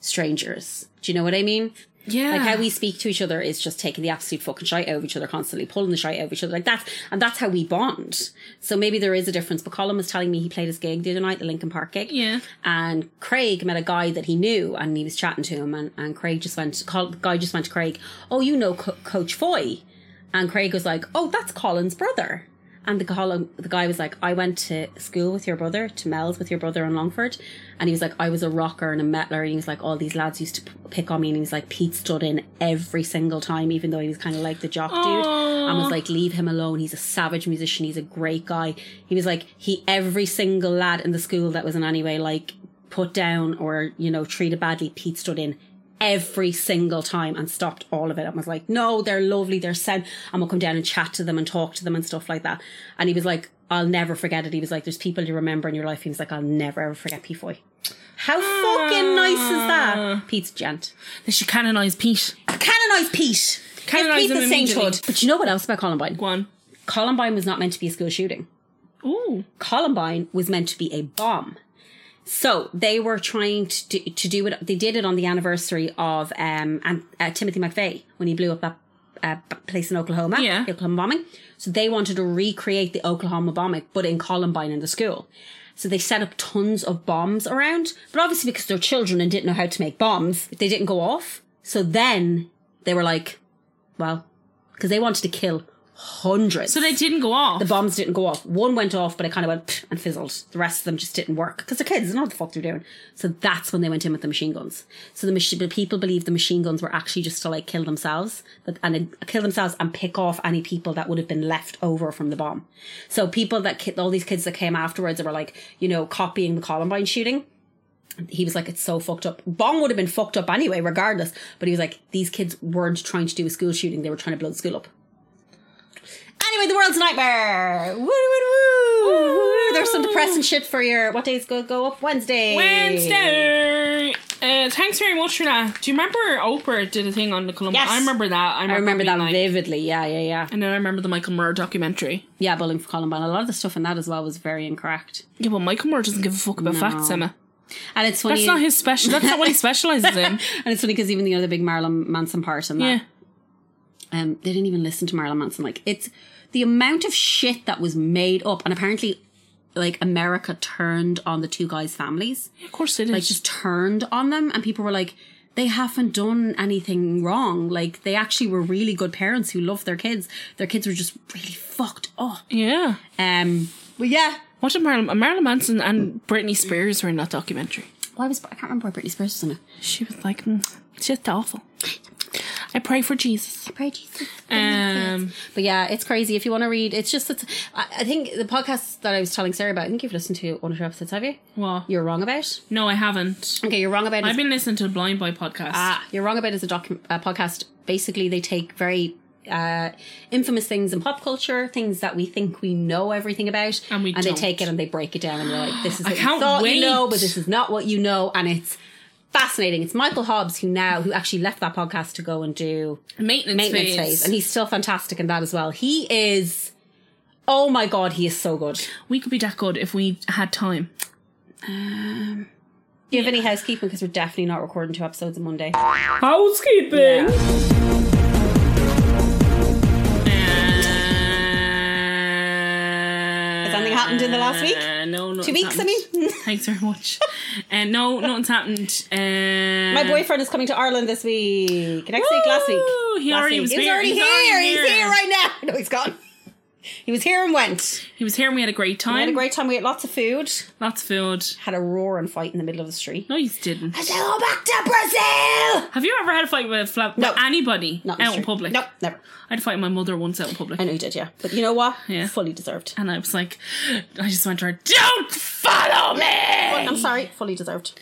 Speaker 3: strangers. Do you know what I mean?
Speaker 2: Yeah.
Speaker 3: Like how we speak to each other is just taking the absolute fucking shite out of each other constantly, pulling the shite out of each other. Like that's and that's how we bond. So maybe there is a difference. But Colin was telling me he played his gig the other night, the Lincoln Park gig.
Speaker 2: Yeah.
Speaker 3: And Craig met a guy that he knew, and he was chatting to him, and, and Craig just went. Col- the guy just went to Craig. Oh, you know Co- Coach Foy, and Craig was like, "Oh, that's Colin's brother." And the Colin, the guy was like, "I went to school with your brother, to Mel's with your brother in Longford," and he was like, "I was a rocker and a metler," and he was like, "All these lads used to p- pick on me," and he was like, "Pete stood in every single time, even though he was kind of like the jock dude," and was like, "Leave him alone. He's a savage musician. He's a great guy." He was like, "He every single lad in the school that was in any way like put down or you know treated badly, Pete stood in." every single time and stopped all of it and was like, no, they're lovely, they're sent. I'm gonna come down and chat to them and talk to them and stuff like that. And he was like, I'll never forget it. He was like, there's people you remember in your life. He was like, I'll never ever forget Peafoy. How fucking nice is
Speaker 2: Ah.
Speaker 3: that? Pete's a gent.
Speaker 2: They should canonize Pete.
Speaker 3: Canonize Pete. Give
Speaker 2: Canonise
Speaker 3: Pete
Speaker 2: him
Speaker 3: the
Speaker 2: immediately.
Speaker 3: sainthood. But you know what else about Columbine?
Speaker 2: Go on.
Speaker 3: Columbine was not meant to be a school shooting.
Speaker 2: Ooh.
Speaker 3: Columbine was meant to be a bomb. So they were trying to do, to do it. They did it on the anniversary of um and uh, Timothy McVeigh when he blew up that uh, b- place in Oklahoma,
Speaker 2: Yeah.
Speaker 3: the Oklahoma bombing. So they wanted to recreate the Oklahoma bombing, but in Columbine in the school. So they set up tons of bombs around, but obviously because they're children and didn't know how to make bombs, they didn't go off. So then they were like, well, because they wanted to kill hundreds.
Speaker 2: So they didn't go off.
Speaker 3: The bombs didn't go off. One went off, but it kind of went pfft and fizzled. The rest of them just didn't work because the kids they know what the fuck they're doing. So that's when they went in with the machine guns. So the, mach- the people believed the machine guns were actually just to like kill themselves, but and it- kill themselves and pick off any people that would have been left over from the bomb. So people that ki- all these kids that came afterwards that were like you know copying the Columbine shooting. He was like, it's so fucked up. Bomb would have been fucked up anyway, regardless. But he was like, these kids weren't trying to do a school shooting; they were trying to blow the school up. Anyway, the world's a nightmare. Woo, woo, woo, woo, woo. There's some depressing shit for your what days go go up Wednesday.
Speaker 2: Wednesday. Uh, thanks very much for that. Do you remember Oprah did a thing on the Columbine?
Speaker 3: Yes.
Speaker 2: I remember that. I remember,
Speaker 3: I remember
Speaker 2: being
Speaker 3: that
Speaker 2: like-
Speaker 3: vividly. Yeah, yeah, yeah.
Speaker 2: and then I remember the Michael Moore documentary.
Speaker 3: Yeah, bowling for Columbine. A lot of the stuff in that as well was very incorrect.
Speaker 2: Yeah, well, Michael Moore doesn't give a fuck about
Speaker 3: No.
Speaker 2: facts, Emma.
Speaker 3: And it's funny.
Speaker 2: That's not his special. That's not what he specializes in.
Speaker 3: and it's funny because even the other big Marilyn Manson part and that,
Speaker 2: Yeah.
Speaker 3: um, they didn't even listen to Marilyn Manson. Like it's the amount of shit that was made up, and apparently, like America turned on the two guys' families.
Speaker 2: Of course it is.
Speaker 3: like just turned on them and people were like they haven't done anything wrong like they actually were really good parents who loved their kids their kids were just really fucked up
Speaker 2: yeah.
Speaker 3: um well yeah
Speaker 2: What did Marilyn, Marilyn Manson and Britney Spears were in that documentary?
Speaker 3: why was I can't remember why Britney Spears was in it
Speaker 2: She was like, mm, it's just awful. I pray for Jesus.
Speaker 3: pray Jesus
Speaker 2: Um,
Speaker 3: but yeah it's crazy if you want to read it's just it's, I, I think the podcast that I was telling Sarah about I think you've listened to one of her episodes have you
Speaker 2: well,
Speaker 3: you're wrong about
Speaker 2: no, I haven't.
Speaker 3: okay you're wrong about
Speaker 2: I've
Speaker 3: is-
Speaker 2: been listening to the Blind Boy podcast.
Speaker 3: Ah, you're wrong about it as a docu- uh, podcast. Basically, they take very uh, infamous things in pop culture, things that we think we know everything about,
Speaker 2: And we
Speaker 3: and they
Speaker 2: don't.
Speaker 3: take it and they break it down and they're like, "This is what you
Speaker 2: can't
Speaker 3: thought
Speaker 2: wait.
Speaker 3: you know, but this is not what you know," and it's fascinating. It's Michael Hobbs who now who actually left that podcast to go and do
Speaker 2: maintenance,
Speaker 3: maintenance
Speaker 2: phase.
Speaker 3: phase, and he's still fantastic in that as well. He is. Oh my god, he is so good. Do
Speaker 2: we could be that good if we had time.
Speaker 3: you have any housekeeping? Because we're definitely not recording two episodes on Monday.
Speaker 2: Housekeeping. Uh, Has
Speaker 3: something happened in the last week?
Speaker 2: uh, No, no.
Speaker 3: Two weeks, I mean.
Speaker 2: Thanks very much. And no, nothing's happened. Uh,
Speaker 3: My boyfriend is coming to Ireland this week. Next week, last week.
Speaker 2: Woo! He
Speaker 3: Last
Speaker 2: already
Speaker 3: week.
Speaker 2: was
Speaker 3: he was
Speaker 2: here.
Speaker 3: already
Speaker 2: He's
Speaker 3: here.
Speaker 2: already
Speaker 3: He's
Speaker 2: here.
Speaker 3: here right now. No, he's gone. He was here and went.
Speaker 2: He was here and we had a great time.
Speaker 3: We had a great time. We ate lots of food.
Speaker 2: Lots of food.
Speaker 3: Had a roaring fight in the middle of the street.
Speaker 2: No, you didn't.
Speaker 3: I shall go back to Brazil.
Speaker 2: Have you ever had a fight with, a fla-
Speaker 3: No.
Speaker 2: with anybody
Speaker 3: Not
Speaker 2: out
Speaker 3: the
Speaker 2: in
Speaker 3: street.
Speaker 2: public?
Speaker 3: Nope, never.
Speaker 2: I had a fight with my mother once out in public.
Speaker 3: I know you did, yeah. But you know what?
Speaker 2: Yeah.
Speaker 3: Fully deserved.
Speaker 2: And I was like, I just went to her, don't follow me!
Speaker 3: I'm sorry, fully deserved.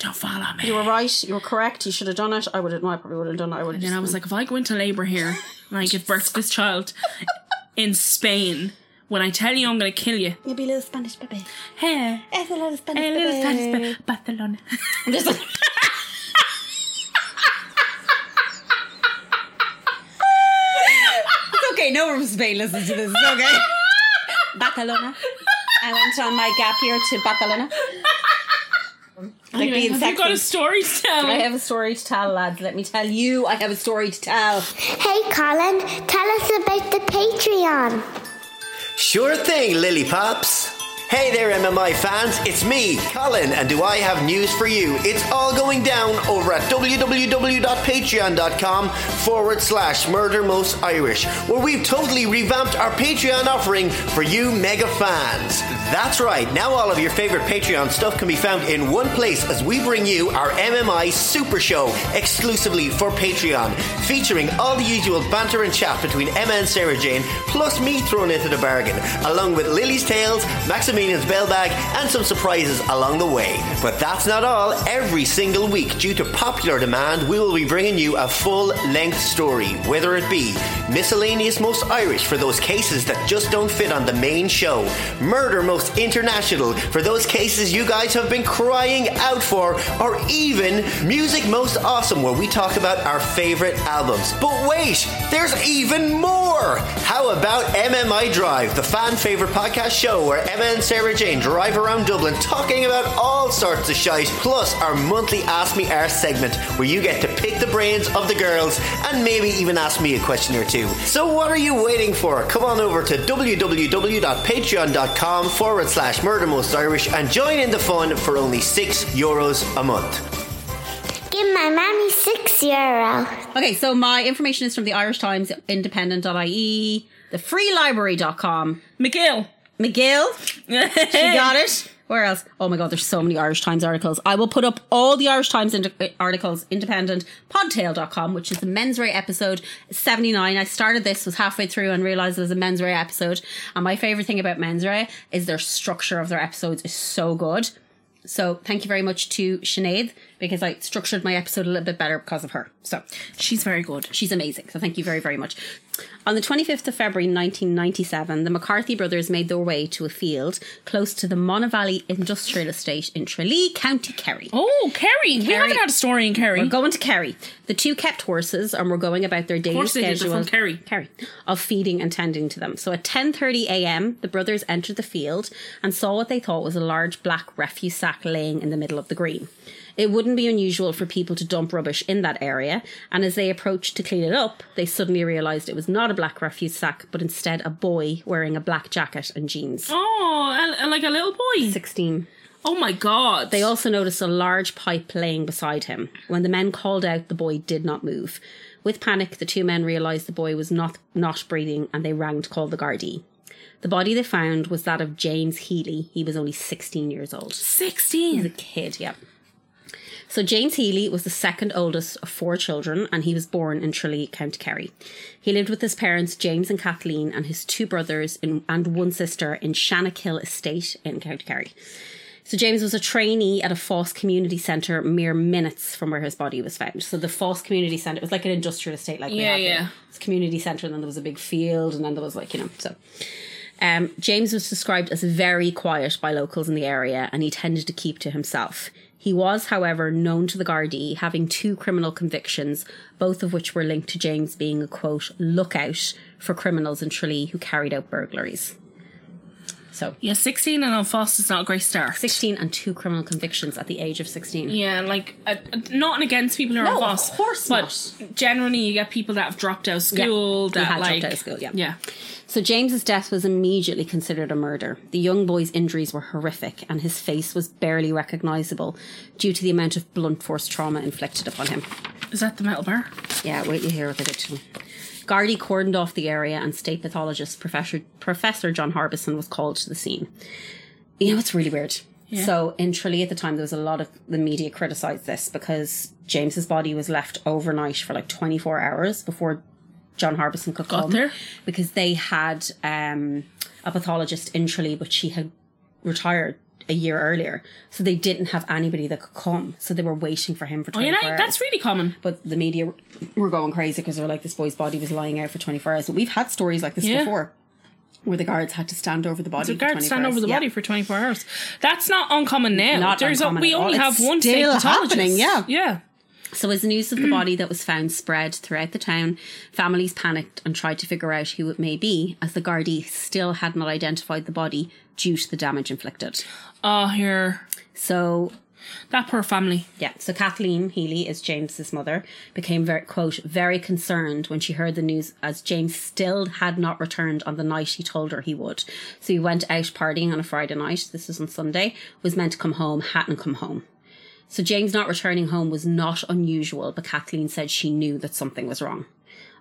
Speaker 2: Don't follow me.
Speaker 3: You were right. You were correct. You should have done it. I would have. No, I probably would have done it. I would have.
Speaker 2: And I was like, if I go into labor here and I give birth to this child in Spain, when I tell you I'm going to kill you,
Speaker 3: you'll be a little Spanish baby.
Speaker 2: hey,
Speaker 3: It's a little Spanish
Speaker 2: a
Speaker 3: baby.
Speaker 2: little Spanish ba- Barcelona.
Speaker 3: There's a- it's okay. No one from Spain listens to this. It's okay. Barcelona. I went on my gap year to Barcelona. Like
Speaker 2: Anyway,
Speaker 3: being
Speaker 2: have you got a
Speaker 3: sexy.
Speaker 2: story to tell?
Speaker 3: I have a story to tell, lads. Let me tell you, I have a story to tell.
Speaker 4: Hey, Colin, tell us about the Patreon.
Speaker 5: Sure thing, Lily Pops. Hey there, MMI fans. It's me, Colin, and do I have news for you? It's all going down over at www.patreon.com forward slash murder most Irish, where we've totally revamped our Patreon offering for you mega fans. That's right, now all of your favorite Patreon stuff can be found in one place as we bring you our MMI Super Show exclusively for Patreon, featuring all the usual banter and chat between Emma and Sarah Jane, plus me thrown into the bargain, along with Lily's Tales, Maximilian's Bell Bag, and some surprises along the way. But that's not all. Every single week, due to popular demand, we will be bringing you a full length story, whether it be miscellaneous most Irish for those cases that just don't fit on the main show, murder most Most International for those cases you guys have been crying out for, or even Music Most Awesome, where we talk about our favorite albums. But wait, there's even more! How about MMI Drive, the fan favorite podcast show where Emma and Sarah Jane drive around Dublin talking about all sorts of shite, plus our monthly Ask Me Arse segment where you get to pick the brains of the girls and maybe even ask me a question or two. So what are you waiting for? Come on over to www.patreon.com forward slash murder most Irish and join in the fun for only six euros a month.
Speaker 4: Give my mammy six euro.
Speaker 3: Okay, so my information is from the Irish Times, independent.ie, E, the freelibrary.com.
Speaker 2: McGill.
Speaker 3: McGill, you got it. Where else? Oh my god, there's so many Irish Times articles. I will put up all the Irish Times ind- articles, independent, podtail.com, which is the menswear episode 79. I started this, was halfway through and realised it was a menswear episode. And my favourite thing about menswear is their structure of their episodes is so good. So thank you very much to Sinead because I structured my episode a little bit better because of her. So
Speaker 2: She's very good.
Speaker 3: She's amazing. So thank you very, very much. On the 25th of February 1997, the McCarthy brothers made their way to a field close to the Monavalley Industrial Estate in Tralee, County Kerry.
Speaker 2: Oh, Kerry. We
Speaker 3: Kerry.
Speaker 2: haven't had a story in Kerry.
Speaker 3: We're going to Kerry. The two kept horses and were going about their daily
Speaker 2: course they did. They're
Speaker 3: schedule
Speaker 2: from Kerry.
Speaker 3: of feeding and tending to them. So at 10:30 a.m., the brothers entered the field and saw what they thought was a large black refuse sack laying in the middle of the green. It wouldn't be unusual for people to dump rubbish in that area, and as they approached to clean it up, they suddenly realized it was not a black refuse sack, but instead a boy wearing a black jacket and jeans.
Speaker 2: oh, a, a- like a little boy.
Speaker 3: 16.
Speaker 2: Oh my god.
Speaker 3: They also noticed a large pipe laying beside him. When the men called out, the boy did not move. With panic, the two men realized the boy was not not breathing, and they rang to call the guardie. The body they found was that of James Healy. He was only 16 years old.
Speaker 2: 16.
Speaker 3: Kid, yep. So James Healy was the second oldest of four children, and he was born in Tralee, County Kerry. He lived with his parents, James and Kathleen, and his two brothers in, and one sister in Shannakill Estate in County Kerry. So James was a trainee at a Foss community centre mere minutes from where his body was found. So the Foss community centre it was like an industrial estate, like we
Speaker 2: Yeah,
Speaker 3: have here.
Speaker 2: yeah.
Speaker 3: It's a community centre, and then there was a big field, and then there was like you know so. Um, James was described as very quiet by locals in the area, and he tended to keep to himself. He was, however, known to the Gardaí, having two criminal convictions, both of which were linked to James being a quote lookout for criminals in Tralee who carried out burglaries. So.
Speaker 2: Yeah, 16 and on Foss is not a great start.
Speaker 3: 16 and two criminal convictions at the age of 16.
Speaker 2: Yeah, like uh, uh, not against people who are
Speaker 3: No,
Speaker 2: on
Speaker 3: of
Speaker 2: Foss.
Speaker 3: course
Speaker 2: but generally you get people that have dropped out of school.
Speaker 3: who
Speaker 2: that
Speaker 3: had dropped
Speaker 2: like
Speaker 3: out of school, yeah.
Speaker 2: yeah.
Speaker 3: So James's death was immediately considered a murder. The young boy's injuries were horrific and his face was barely recognizable due to the amount of blunt force trauma inflicted upon him.
Speaker 2: Is that the metal bar?
Speaker 3: Yeah, wait you hear what they did to him. Gardy cordoned off the area and state pathologist Professor Professor John Harbison was called to the scene. You know, it's really weird. So in Tralee at the time, there was a lot of the media criticised this because James's body was left overnight for like 24 hours before John Harbison could
Speaker 2: Got
Speaker 3: come
Speaker 2: there.
Speaker 3: because they had um, a pathologist in Tralee, but she had retired a year earlier, so they didn't have anybody that could come. So they were waiting for him for
Speaker 2: Oh,
Speaker 3: 24
Speaker 2: you know,
Speaker 3: hours
Speaker 2: that's really common.
Speaker 3: but the media were going crazy because they were like, this boy's body was lying out for 24 hours. But we've had stories like this
Speaker 2: Yeah.
Speaker 3: before where the guards had to stand over the
Speaker 2: The
Speaker 3: body. for
Speaker 2: guards
Speaker 3: 24
Speaker 2: stand over
Speaker 3: hours.
Speaker 2: the
Speaker 3: Yeah.
Speaker 2: body for 24 hours. That's not uncommon now.
Speaker 3: Not
Speaker 2: There's a,
Speaker 3: uncommon
Speaker 2: we
Speaker 3: at all.
Speaker 2: only have
Speaker 3: It's
Speaker 2: one state
Speaker 3: still
Speaker 2: pathologist.
Speaker 3: happening, yeah.
Speaker 2: Yeah.
Speaker 3: So as news of the
Speaker 2: Mm.
Speaker 3: body that was found spread throughout the town, families panicked and tried to figure out who it may be as the guardie still had not identified the body due to the damage inflicted.
Speaker 2: Oh, here.
Speaker 3: So
Speaker 2: That poor family.
Speaker 3: Yeah, so Kathleen Healy is James's mother became very quote very concerned when she heard the news as James still had not returned on the night he told her he would. So he went out partying on a Friday night. This was on Sunday. Was meant to come home, hadn't come home. So James not returning home was not unusual, but Kathleen said she knew that something was wrong.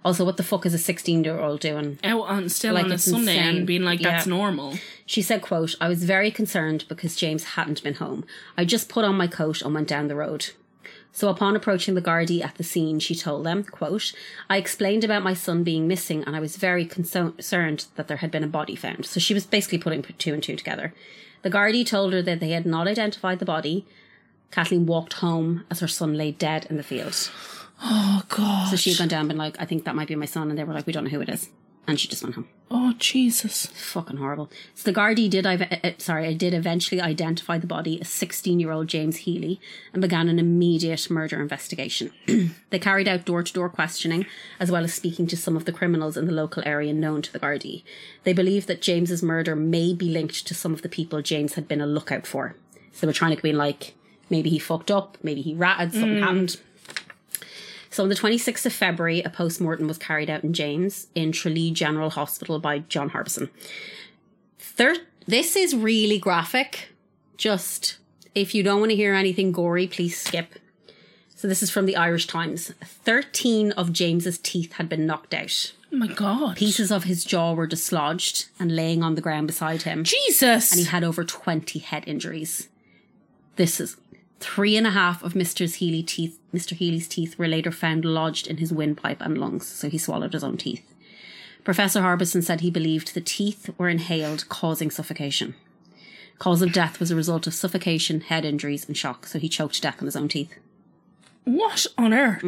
Speaker 3: Also, what the fuck is a sixteen-year-old doing?
Speaker 2: Out on still
Speaker 3: Like,
Speaker 2: on a
Speaker 3: it's
Speaker 2: Sunday
Speaker 3: insane.
Speaker 2: and being like, that's
Speaker 3: Yeah.
Speaker 2: normal.
Speaker 3: She said, quote, I was very concerned because James hadn't been home. I just put on my coat and went down the road. So upon approaching the Gardaí at the scene, she told them, quote, I explained about my son being missing and I was very conso- concerned that there had been a body found. So she was basically putting two and two together. The Gardaí told her that they had not identified the body. Kathleen walked home as her son lay dead in the field.
Speaker 2: Oh, God.
Speaker 3: So she had gone down and been like, I think that might be my son. And they were like, we don't know who it is. and she just went home.
Speaker 2: Oh, Jesus.
Speaker 3: Fucking horrible. So the Gardaí did, I uh, sorry, I did eventually identify the body as 16 year old James Healy and began an immediate murder investigation. they carried out door to door questioning as well as speaking to some of the criminals in the local area known to the Gardaí. They believe that James's murder may be linked to some of the people James had been a lookout for. So they were trying to be like, maybe he fucked up, maybe he ratted, something happened. So on the 26th of February, a post-mortem was carried out in James in Tralee General Hospital by John Harbison. Thir- this is really graphic. Just, if you don't want to hear anything gory, please skip. So this is from the Irish Times. 13 of James's teeth had been knocked out.
Speaker 2: Oh, my God.
Speaker 3: Pieces of his jaw were dislodged and laying on the ground beside him.
Speaker 2: Jesus.
Speaker 3: And he had over 20 head injuries. This is three and a half of Mr. Healy teeth, Mr. Healy's teeth were later found lodged in his windpipe and lungs, so he swallowed his own teeth. Professor Harbison said he believed the teeth were inhaled, causing suffocation. Cause of death was a result of suffocation, head injuries, and shock, so he choked to death on his own teeth.
Speaker 2: what on earth?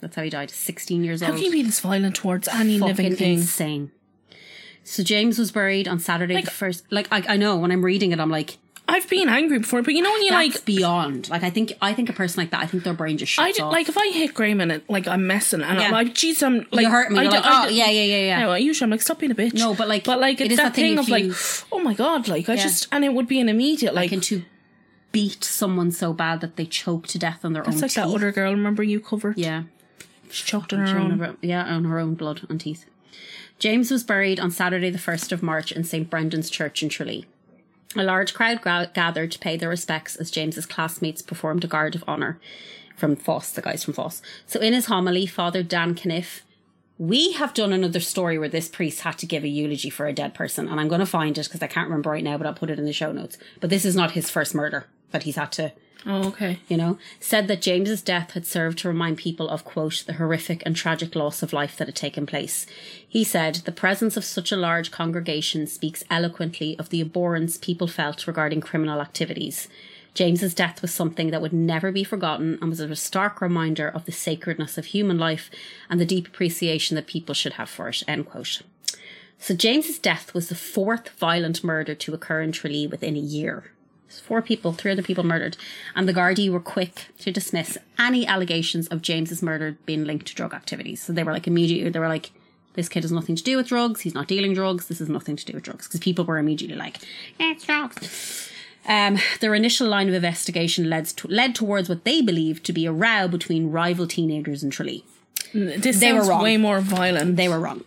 Speaker 3: That's how he died, 16 years
Speaker 2: How
Speaker 3: old.
Speaker 2: can you be this violent towards any living
Speaker 3: fucking
Speaker 2: thing?
Speaker 3: insane. So James was buried on Saturday the first. Like I, I know when I'm reading it, I'm like,
Speaker 2: I've been angry before, but you know when you
Speaker 3: that's
Speaker 2: like,
Speaker 3: beyond. Like I think, I think a person like that, I think their brain just
Speaker 2: I
Speaker 3: shuts
Speaker 2: d-
Speaker 3: off.
Speaker 2: like if I hit Graham and it, like I'm messing, and I'm
Speaker 3: Yeah.
Speaker 2: like, jeez, I'm like,
Speaker 3: you hurt me.
Speaker 2: I
Speaker 3: You're
Speaker 2: d-
Speaker 3: like,
Speaker 2: I
Speaker 3: oh
Speaker 2: d-
Speaker 3: yeah, yeah, yeah, yeah.
Speaker 2: No, I usually I'm like, stop being a bitch.
Speaker 3: No, but, like,
Speaker 2: but like,
Speaker 3: it
Speaker 2: it's
Speaker 3: is
Speaker 2: that, thing, of
Speaker 3: if
Speaker 2: like,
Speaker 3: you-
Speaker 2: oh my god, like I
Speaker 3: Yeah.
Speaker 2: just, and it would be an immediate like,
Speaker 3: Like, and to beat someone so bad that they choke to death on their own
Speaker 2: it's like
Speaker 3: teeth.
Speaker 2: that other girl. Remember you covered?
Speaker 3: yeah,
Speaker 2: she choked on her own.
Speaker 3: yeah, on her own blood and teeth. James was buried on Saturday, the first of March, in St Brendan's Church in Tralee. A large crowd gra- gathered to pay their respects as James's classmates performed a guard of honour from Foss, the guys from Foss. So in his homily, Father Dan Kniff, we have done another story where this priest had to give a eulogy for a dead person, and I'm going to find it because I can't remember right now, but I'll put it in the show notes. But this is not his first murder that he's had to
Speaker 2: Oh, okay.
Speaker 3: you know, said that James's death had served to remind people of, quote, the horrific and tragic loss of life that had taken place. He said, the presence of such a large congregation speaks eloquently of the abhorrence people felt regarding criminal activities. James's death was something that would never be forgotten and was a stark reminder of the sacredness of human life and the deep appreciation that people should have for it, end quote. So James's death was the fourth violent murder to occur in Tralee within a year. There's Four people, three other people murdered, and the Gardaí were quick to dismiss any allegations of James's murder being linked to drug activities. So they were like immediately, they were like, "This kid has nothing to do with drugs. He's not dealing drugs. This has nothing to do with drugs." Because people were immediately like, "Eh, "It's drugs." Um, their initial line of investigation led to, led towards what they believed to be a row between rival teenagers in Tralee.
Speaker 2: This
Speaker 3: They were
Speaker 2: sounds
Speaker 3: wrong.
Speaker 2: way more violent.
Speaker 3: They were wrong.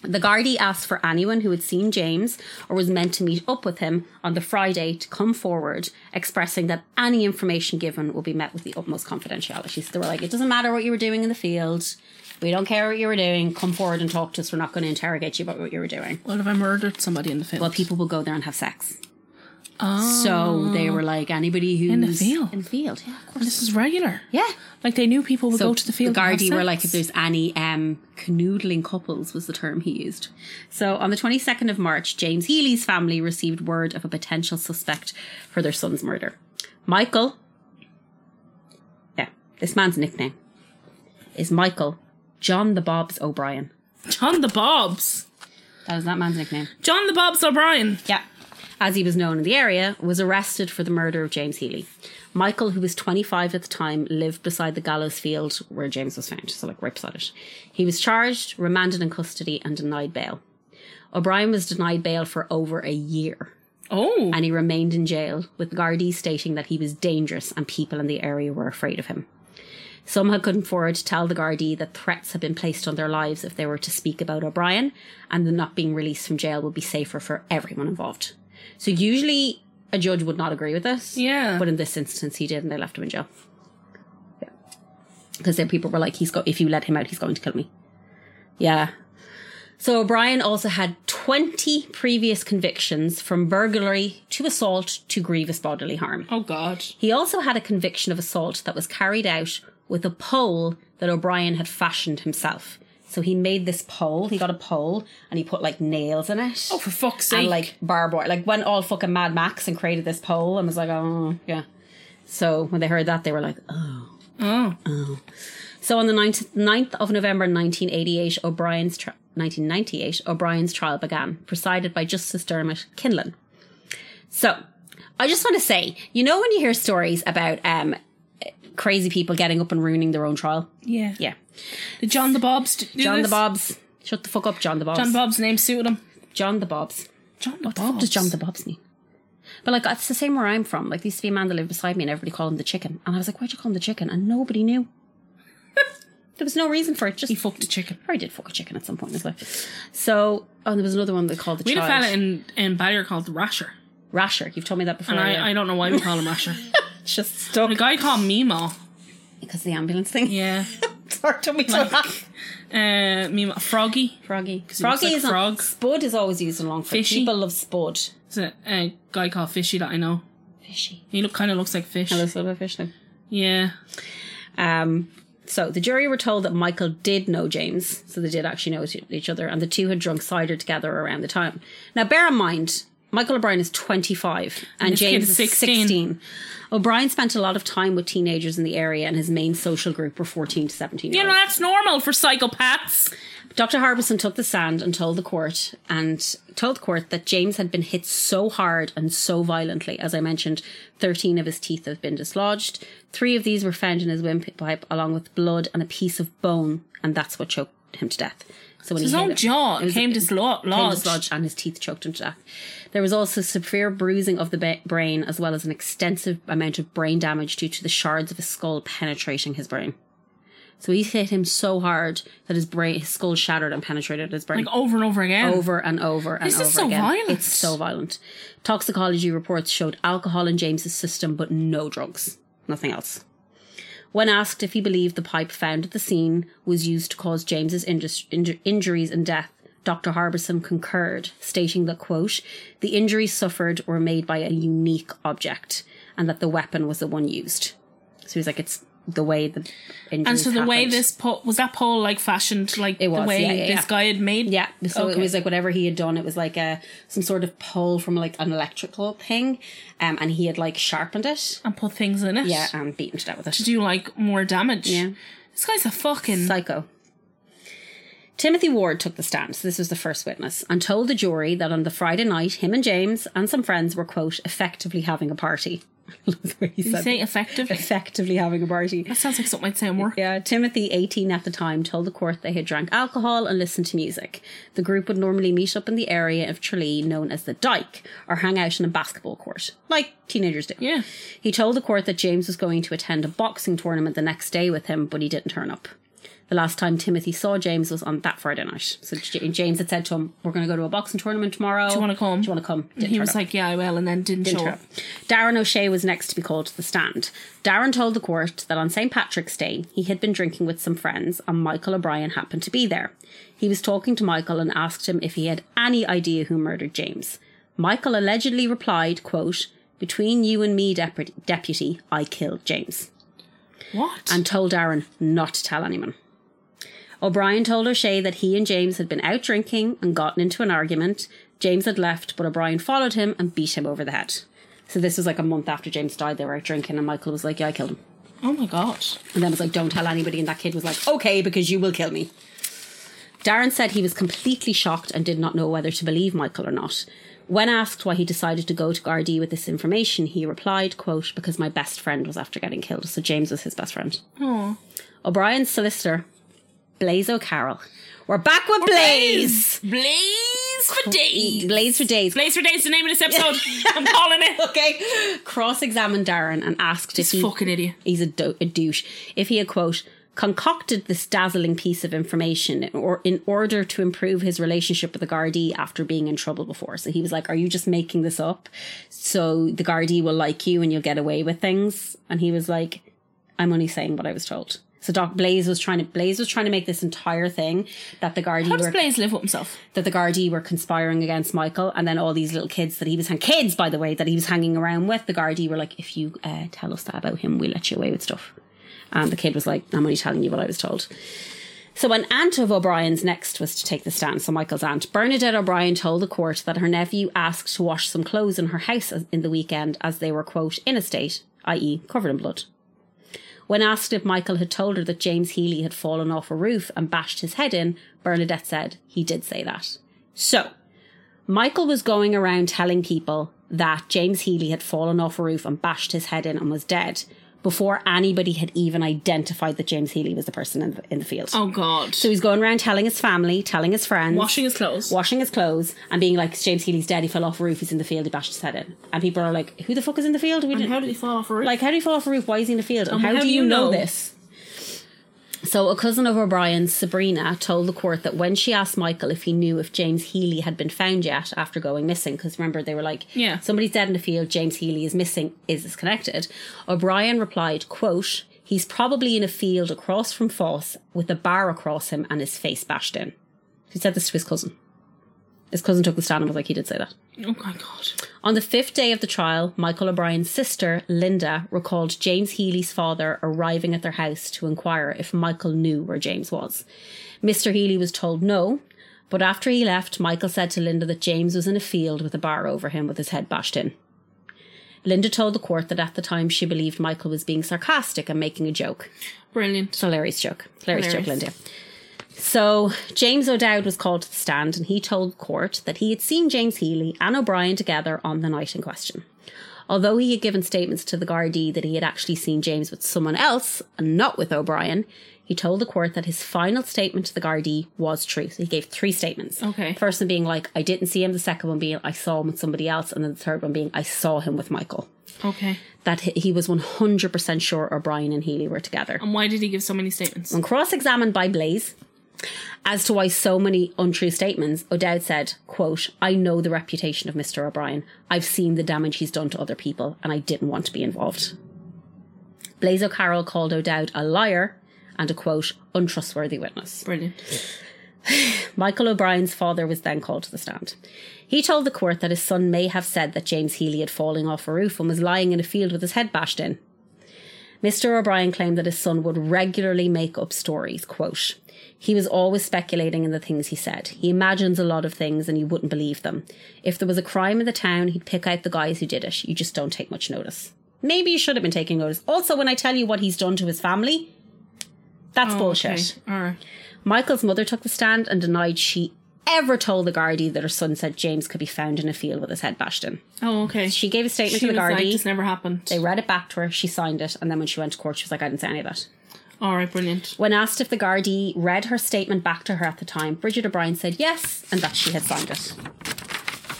Speaker 3: The Gardaí asked for anyone who had seen James or was meant to meet up with him on the Friday to come forward, expressing that any information given will be met with the utmost confidentiality. So they were like, it doesn't matter what you were doing in the field. We don't care what you were doing. Come forward and talk to us. We're not going to interrogate you about what you were doing.
Speaker 2: What if I murdered somebody in the field? Oh.
Speaker 3: Well, people will go there and have sex. So they were like, anybody who's
Speaker 2: Ah. In the field?
Speaker 3: In the field, yeah, of course.
Speaker 2: this is regular.
Speaker 3: Yeah.
Speaker 2: Like they knew people would go to the field.
Speaker 3: The
Speaker 2: and have
Speaker 3: Gardaí were
Speaker 2: sex.
Speaker 3: like, if there's any um, canoodling couples, was the term he used. So on the 22nd of March, James Healy's family received word of a potential suspect for their son's murder. Michael, yeah, this man's nickname is Michael John the Bobs O'Brien.
Speaker 2: John the Bobs,
Speaker 3: That is that man's nickname.
Speaker 2: John the Bobs O'Brien.
Speaker 3: Yeah. As he was known in the area, was arrested for the murder of James Healy. Michael, who was 25 at the time, lived beside the gallows field where James was found, so like right beside it. He was charged, remanded in custody, and denied bail. O'Brien was denied bail for over a year,
Speaker 2: Oh,
Speaker 3: and he remained in jail, with Gardaí stating that he was dangerous and people in the area were afraid of him. Some had come forward to tell the Gardaí that threats had been placed on their lives if they were to speak about O'Brien, and that not being released from jail would be safer for everyone involved. So usually a judge would not agree with this.
Speaker 2: Yeah.
Speaker 3: But in this instance, he did, and they left him in jail. Because then people were like, "He's go. If you let him out, he's going to kill me." Yeah. So O'Brien also had twenty previous convictions from burglary to assault to grievous bodily harm.
Speaker 2: oh God.
Speaker 3: He also had a conviction of assault that was carried out with a pole that O'Brien had fashioned himself. So he made this pole. He got a pole and he put like nails in it.
Speaker 2: Oh, for fuck's sake!
Speaker 3: and like barbed wire. Like went all fucking Mad Max and created this pole and was like, oh yeah. So when they heard that, they were like, oh.
Speaker 2: oh,
Speaker 3: So on the 9th, 9th of November 1988, O'Brien's tri- 1998, O'Brien's trial began, presided by Justice Dermot Kinlan. So, I just want to say, you know, when you hear stories about um, crazy people getting up and ruining their own trial,
Speaker 2: Yeah.
Speaker 3: yeah,
Speaker 2: Did John the Bobs. do
Speaker 3: John
Speaker 2: this?
Speaker 3: the Bobs, shut the fuck up, John the Bobs,
Speaker 2: John Bob's name suited him.
Speaker 3: John the Bobs.
Speaker 2: John the
Speaker 3: What the
Speaker 2: Bobs.
Speaker 3: fuck does John the Bobs mean? But like that's the same where I'm from. Like there used to be a man that lived beside me and everybody called him the chicken. And I was like, why'd you call him the chicken? And nobody knew. there was no reason for it. Just
Speaker 2: He fucked a chicken.
Speaker 3: or he did fuck a chicken at some point in his life. So oh and there was another one they called the
Speaker 2: We had a
Speaker 3: child.
Speaker 2: fella in, in Ballyer called Rasher.
Speaker 3: Rasher. You've told me that before.
Speaker 2: And
Speaker 3: Oh, yeah.
Speaker 2: I, I don't know why we call him Rasher.
Speaker 3: It's just stuck
Speaker 2: The guy called Mimo.
Speaker 3: because of the ambulance thing.
Speaker 2: Yeah.
Speaker 3: Sorry, don't mean to
Speaker 2: Like-
Speaker 3: laugh.
Speaker 2: Uh, Mimo. Froggy.
Speaker 3: Froggy.
Speaker 2: he looks
Speaker 3: Froggy
Speaker 2: like
Speaker 3: is on-
Speaker 2: frog.
Speaker 3: Spud is always used in Longford.
Speaker 2: Fishy.
Speaker 3: People love Spud.
Speaker 2: Is a, a guy called Fishy that I know.
Speaker 3: Fishy.
Speaker 2: He look kind of looks like fish.
Speaker 3: I love a bit fish now.
Speaker 2: Yeah.
Speaker 3: Um, so the jury were told that Michael did know James, so they did actually know t- each other, and the two had drunk cider together around the time. Now, bear in mind, Michael O'Brien is 25 and,
Speaker 2: this kid
Speaker 3: James
Speaker 2: is
Speaker 3: is 16.
Speaker 2: 16.
Speaker 3: O'Brien spent a lot of time with teenagers in the area, and his main social group were 14 to 17 year
Speaker 2: You know,
Speaker 3: olds.
Speaker 2: that's normal for psychopaths.
Speaker 3: Dr. Harbison took the stand and told the court and told the court that James had been hit so hard and so violently. As I mentioned, 13 of his teeth have been dislodged. Three of these were found in his windpipe along with blood and a piece of bone. And that's what choked him to death. So when
Speaker 2: His
Speaker 3: he hit
Speaker 2: own
Speaker 3: him-
Speaker 2: jaw
Speaker 3: it was-
Speaker 2: came dislodged.
Speaker 3: came dislodged and his teeth choked him to death. There was also severe bruising of the ba- brain as well as an extensive amount of brain damage due to the shards of his skull penetrating his brain. So he hit him so hard that his brain, his skull shattered and penetrated his brain
Speaker 2: Like over and over again.
Speaker 3: over and over and
Speaker 2: This is
Speaker 3: over
Speaker 2: so
Speaker 3: again.
Speaker 2: violent.
Speaker 3: It's so violent. Toxicology reports showed alcohol in James's system, but no drugs, nothing else. When asked if he believed the pipe found at the scene was used to cause James's indus- inju- injuries and death, Dr. Harbison concurred, stating that quote, "The injuries suffered were made by a unique object, and that the weapon was the one used." So he's like, "It's the way the
Speaker 2: And
Speaker 3: injuries."
Speaker 2: so the way
Speaker 3: happened.
Speaker 2: this pole was that pole like fashioned like
Speaker 3: It was,
Speaker 2: the way
Speaker 3: yeah, yeah,
Speaker 2: this
Speaker 3: yeah.
Speaker 2: guy had made.
Speaker 3: Yeah, so it
Speaker 2: Okay.
Speaker 3: was like whatever he had done, it was like a some sort of pole from like an electrical thing, um, and he had like sharpened it,
Speaker 2: and put things in it.
Speaker 3: yeah, and beaten to death with it.
Speaker 2: to do like more damage.
Speaker 3: Yeah.
Speaker 2: This guy's a fucking
Speaker 3: Psycho. Timothy Ward took the stand, so this was the first witness, and told the jury that on the Friday night, him and James and some friends were quote effectively having a party. That's what he
Speaker 2: you
Speaker 3: said.
Speaker 2: say effectively.
Speaker 3: Effectively having a party.
Speaker 2: That sounds like something I'd say at work.
Speaker 3: Yeah, Timothy, 18 at the time, told the court they had drank alcohol and listened to music. The group would normally meet up in the area of Tralee known as the Dyke or hang out in a basketball court, like teenagers do.
Speaker 2: Yeah.
Speaker 3: He told the court that James was going to attend a boxing tournament the next day with him, but he didn't turn up. The last time Timothy saw James was on that Friday night. So J- James had said to him, We're going to go to a boxing tournament tomorrow. Do
Speaker 2: you wanna come?"
Speaker 3: Do you want to come? Didn't
Speaker 2: He
Speaker 3: turn
Speaker 2: was
Speaker 3: up.
Speaker 2: like, Yeah, I will, and then didn't, show up.
Speaker 3: Darren O'Shea was next to be called to the stand. Darren told the court that on St. Patrick's Day, he had been drinking with some friends and Michael O'Brien happened to be there. He was talking to Michael and asked him if he had any idea who murdered James. Michael allegedly replied, quote, Between you and me, Dep- deputy, I killed James
Speaker 2: What?
Speaker 3: and told Aaron not to tell anyone. O'Brien told O'Shea that he and James had been out drinking and gotten into an argument. James had left, but O'Brien followed him and beat him over the head. So this was like a month after James died. They were out drinking, and Michael was like, "Yeah, I killed him."
Speaker 2: oh my god.
Speaker 3: And then was like, don't tell anybody. And that kid was like, okay, because you will kill me. Darren said he was completely shocked and did not know whether to believe Michael or not. When asked why he decided to go to Gardaí with this information, he replied, quote, because my best friend was after getting killed. So James was his best friend. O'Brien's solicitor, Blaze O'Carroll. We're back with Blaze!
Speaker 2: Blaze for days.
Speaker 3: Blaze for days.
Speaker 2: Blaze for days is the name of this episode. I'm calling it.
Speaker 3: Okay. Cross-examined Darren and asked if
Speaker 2: This
Speaker 3: he...
Speaker 2: fucking idiot.
Speaker 3: he's a, do- a douche. If he had, quote, concocted this dazzling piece of information in, or in order to improve his relationship with the Gardaí after being in trouble before. So he was like, are you just making this up so the Gardaí will like you and you'll get away with things? And he was like, I'm only saying what I was told. So Doc Blaze was trying to Blaze was trying to make this entire thing that the
Speaker 2: How
Speaker 3: Gardaí
Speaker 2: does
Speaker 3: were
Speaker 2: Blaze live with himself?
Speaker 3: that the Gardaí were conspiring against Michael, and then all these little kids that he was hang- kids, by the way, that he was hanging around with. The Gardaí were like, "If you uh, tell us that about him, we'll let you away with stuff." And the kid was like, "I'm only telling you what I was told." So an aunt of O'Brien's next was to take the stand. So Michael's aunt Bernadette O'Brien told the court that her nephew asked to wash some clothes in her house as- in the weekend, as they were quote in a state, i.e., covered in blood. When asked if Michael had told her that James Healy had fallen off a roof and bashed his head in, Bernadette said he did say that. So, Michael was going around telling people that James Healy had fallen off a roof and bashed his head in and was dead before anybody had even identified that James Healy was the person in the, in the field.
Speaker 2: Oh God.
Speaker 3: So he's going around telling his family, telling his friends,
Speaker 2: Washing his clothes.
Speaker 3: washing his clothes, and being like, James Healy's dead, he fell off a roof, he's in the field, he bashed his head in. And people are like, who the fuck is in the field? We
Speaker 2: And
Speaker 3: didn't-
Speaker 2: how did he fall off a roof?
Speaker 3: like, how do you fall off a roof? Why is he in the field? And
Speaker 2: Um,
Speaker 3: how, do you know, this? So, a cousin of O'Brien's, Sabrina, told the court that when she asked Michael if he knew if James Healy had been found yet after going missing, because remember they were like,
Speaker 2: Yeah.
Speaker 3: somebody's dead in the field, James Healy is missing, is this connected?" O'Brien replied, "Quote: He's probably in a field across from Foss with a bar across him and his face bashed in." He said this to his cousin. His cousin took the stand and was like, "He did say that."
Speaker 2: oh my God.
Speaker 3: On the fifth day of the trial, Michael O'Brien's sister, Linda, recalled James Healy's father arriving at their house to inquire if Michael knew where James was. Mr. Healy was told no, but after he left, Michael said to Linda that James was in a field with a bar over him with his head bashed in. Linda told the court that at the time she believed Michael was being sarcastic and making a joke.
Speaker 2: Brilliant.
Speaker 3: So Larry's joke. Larry's joke,
Speaker 2: Hilarious.
Speaker 3: Linda. So James O'Dowd was called to the stand and he told court that he had seen James Healy and O'Brien together on the night in question. Although he had given statements to the Gardaí that he had actually seen James with someone else and not with O'Brien, he told the court that his final statement to the Gardaí was true. So he gave three statements.
Speaker 2: Okay.
Speaker 3: The first one being like, I didn't see him. The second one being, I saw him with somebody else. And then the third one being, I saw him with Michael.
Speaker 2: Okay.
Speaker 3: That he he was 100% sure O'Brien and Healy were together.
Speaker 2: And why did he give so many statements?
Speaker 3: When cross examined by Blaze as to why so many untrue statements, O'Dowd said, quote, I know the reputation of Mr. O'Brien. I've seen the damage he's done to other people, and I didn't want to be involved. Blaze O'Carroll called O'Dowd a liar and a quote, untrustworthy witness.
Speaker 2: Brilliant.
Speaker 3: Michael O'Brien's father was then called to the stand. He told the court that his son may have said that James Healy had fallen off a roof and was lying in a field with his head bashed in. Mr. O'Brien claimed that his son would regularly make up stories. Quote, he was always speculating in the things he said. He imagines a lot of things and you wouldn't believe them. If there was a crime in the town, he'd pick out the guys who did it. You just don't take much notice. Maybe you should have been taking notice. Also, when I tell you what he's done to his family, that's bullshit.
Speaker 2: Oh, Okay. All right.
Speaker 3: Michael's mother took the stand and denied she ever told the Gardaí that her son said James could be found in a field with his head bashed in.
Speaker 2: Oh, okay.
Speaker 3: She gave a statement
Speaker 2: She
Speaker 3: to
Speaker 2: was
Speaker 3: the
Speaker 2: like,
Speaker 3: Gardaí.
Speaker 2: this never happened.
Speaker 3: they read it back to her. She signed it, and then when she went to court, she was like, "I didn't say any of that."
Speaker 2: All right. Brilliant.
Speaker 3: When asked if the Gardaí read her statement back to her at the time, Bridget O'Brien said yes, and that she had signed it.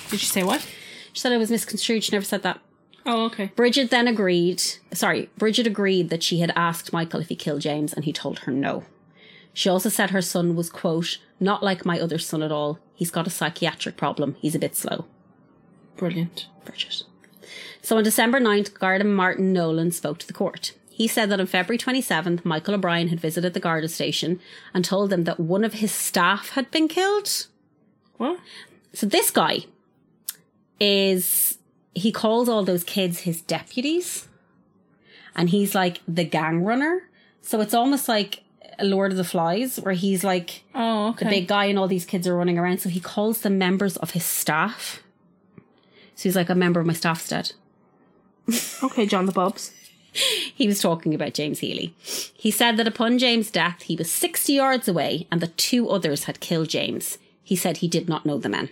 Speaker 2: Did she say what?
Speaker 3: She said it was misconstrued. She never said that.
Speaker 2: Oh, okay.
Speaker 3: Bridget then agreed. Sorry, Bridget agreed that she had asked Michael if he killed James, and he told her no. She also said her son was, quote, not like my other son at all. He's got a psychiatric problem. He's a bit slow.
Speaker 2: Brilliant.
Speaker 3: Bridget. So on December 9th, Garda Martin Nolan spoke to the court. He said that on February 27th, Michael O'Brien had visited the Garda station and told them that one of his staff had been killed.
Speaker 2: What?
Speaker 3: So this guy is, he calls all those kids his deputies and he's like the gang runner. So it's almost like Lord of the Flies where he's like,
Speaker 2: Oh, okay.
Speaker 3: the big guy and all these kids are running around. So he calls them members of his staff. So he's like, a member of my staff's dead.
Speaker 2: Okay, John the Bobs.
Speaker 3: He was talking about James Healy. He said that upon James' death, he was 60 yards away and that two others had killed James. He said he did not know the men.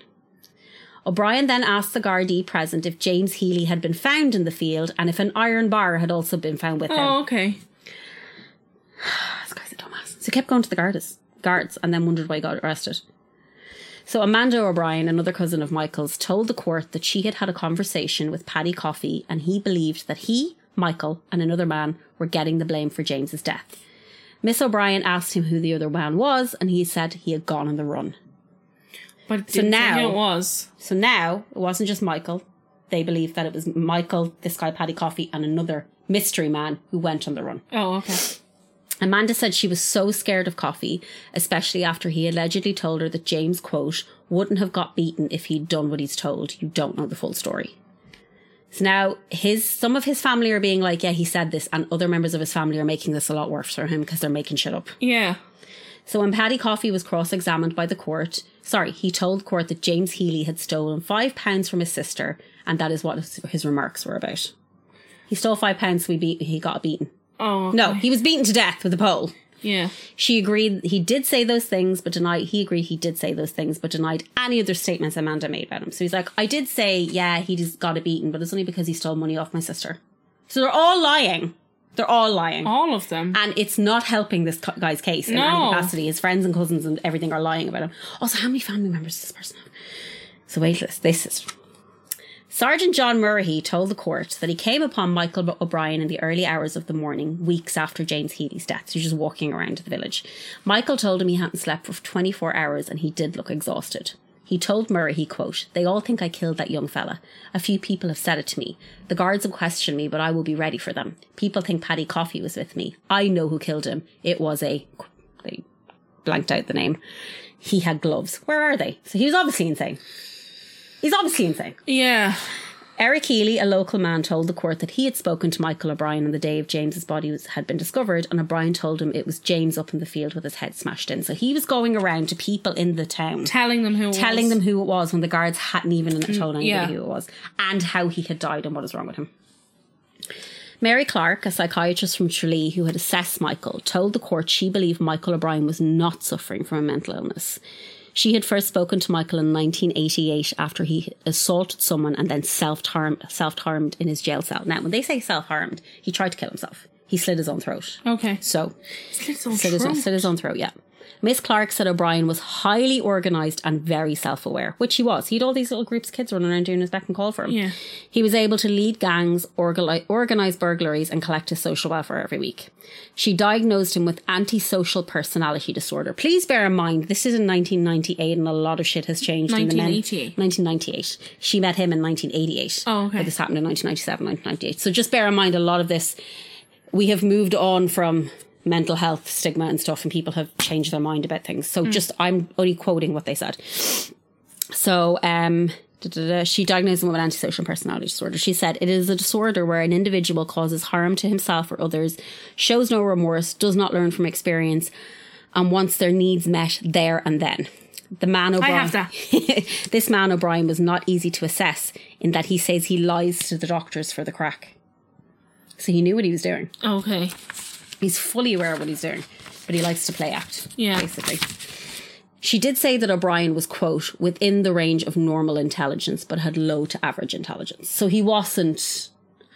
Speaker 3: O'Brien then asked the Gardaí present if James Healy had been found in the field and if an iron bar had also been found with him.
Speaker 2: Oh, okay.
Speaker 3: This guy's a dumbass. So he kept going to the guards, guards and then wondered why he got arrested. So Amanda O'Brien, another cousin of Michael's, told the court that she had had a conversation with Paddy Coffey and he believed that he, Michael, and another man were getting the blame for James's death. Miss O'Brien asked him who the other man was and he said he had gone on the run.
Speaker 2: But it didn't
Speaker 3: now-
Speaker 2: say who it was.
Speaker 3: So now it wasn't just Michael. They believed that it was Michael, this guy Paddy Coffey, and another mystery man who went on the run.
Speaker 2: Oh, okay.
Speaker 3: Amanda said she was so scared of coffee, especially after he allegedly told her that James, quote, wouldn't have got beaten if he'd done what he's told. You don't know the full story. So now his some of his family are being like, yeah, he said this, and other members of his family are making this a lot worse for him because they're making shit up.
Speaker 2: Yeah.
Speaker 3: So when Paddy Coffey was cross-examined by the court, sorry, he told court that James Healy had stolen five pounds from his sister, and that is what his, his remarks were about. He stole five pounds, so he, beat, he got beaten.
Speaker 2: Oh, okay.
Speaker 3: No, he was beaten to death with a pole.
Speaker 2: Yeah.
Speaker 3: She agreed he did say those things, but denied he agreed he did say those things, but denied any other statements Amanda made about him. So he's like, I did say, yeah, he just got it beaten, but it's only because he stole money off my sister. So they're all lying. They're all lying.
Speaker 2: All of them.
Speaker 3: And it's not helping this cu- guy's case in
Speaker 2: Oh. No.
Speaker 3: any capacity. His friends and cousins and everything are lying about him. Also, how many family members does this person have? So wait list. This is Sergeant John Murray told the court that he came upon Michael O'Brien in the early hours of the morning, weeks after James Healy's death. So he's just walking around the village. Michael told him he hadn't slept for 24 hours and he did look exhausted. He told Murray, he quote, They all think I killed that young fella. A few people have said it to me. The guards will question me, but I will be ready for them. People think Paddy Coffey was with me. I know who killed him. It was a. They blanked out the name. He had gloves. Where are they? So he was obviously insane. He's obviously insane.
Speaker 2: yeah.
Speaker 3: Eric Healy, a local man, told the court that he had spoken to Michael O'Brien on the day of James's body was, had been discovered, and O'Brien told him it was James up in the field with his head smashed in. So he was going around to people in the town,
Speaker 2: Telling them who. it
Speaker 3: telling
Speaker 2: was.
Speaker 3: them who it was when the guards hadn't even told anybody
Speaker 2: Mm, yeah.
Speaker 3: who it was, and how he had died and what was wrong with him. Mary Clark, a psychiatrist from Tralee who had assessed Michael, told the court she believed Michael O'Brien was not suffering from a mental illness. She had first spoken to Michael in 1988 after he assaulted someone and then self-harmed, self-harmed in his jail cell. Now, when they say self-harmed, he tried to kill himself. He slit his own throat.
Speaker 2: Oh, Okay.
Speaker 3: So,
Speaker 2: It's all
Speaker 3: slit his,
Speaker 2: true.
Speaker 3: slit his own throat, yeah. Miss Clark said O'Brien was highly organised and very self aware, which he was. He had all these little groups of kids running around doing his beck and call for him.
Speaker 2: Yeah.
Speaker 3: He was able to lead gangs, organi- organise burglaries, and collect his social welfare every week. She diagnosed him with antisocial personality disorder. Please bear in mind, this is in 1998 and a lot of shit has changed in the men.
Speaker 2: 1988.
Speaker 3: 1998. She met him in 1988.
Speaker 2: Oh, okay.
Speaker 3: But this happened in 1997, 1998. So just bear in mind a lot of this we have moved on from mental health stigma and stuff, and people have changed their mind about things.
Speaker 2: Mm.
Speaker 3: So just I'm only quoting what they said. So um, da, da, da, she diagnosed him with antisocial personality disorder. She said it is a disorder where an individual causes harm to himself or others, shows no remorse, does not learn from experience, and wants their needs met there and then. The man
Speaker 2: I
Speaker 3: O'Brien.
Speaker 2: have that.
Speaker 3: this man O'Brien was not easy to assess in that he says he lies to the doctors for the crack. So he knew what he was doing
Speaker 2: Okay.
Speaker 3: he's fully aware of what he's doing, but he likes to play act.
Speaker 2: Yeah.
Speaker 3: Basically. She did say that O'Brien was, quote, within the range of normal intelligence, but had low to average intelligence. So he wasn't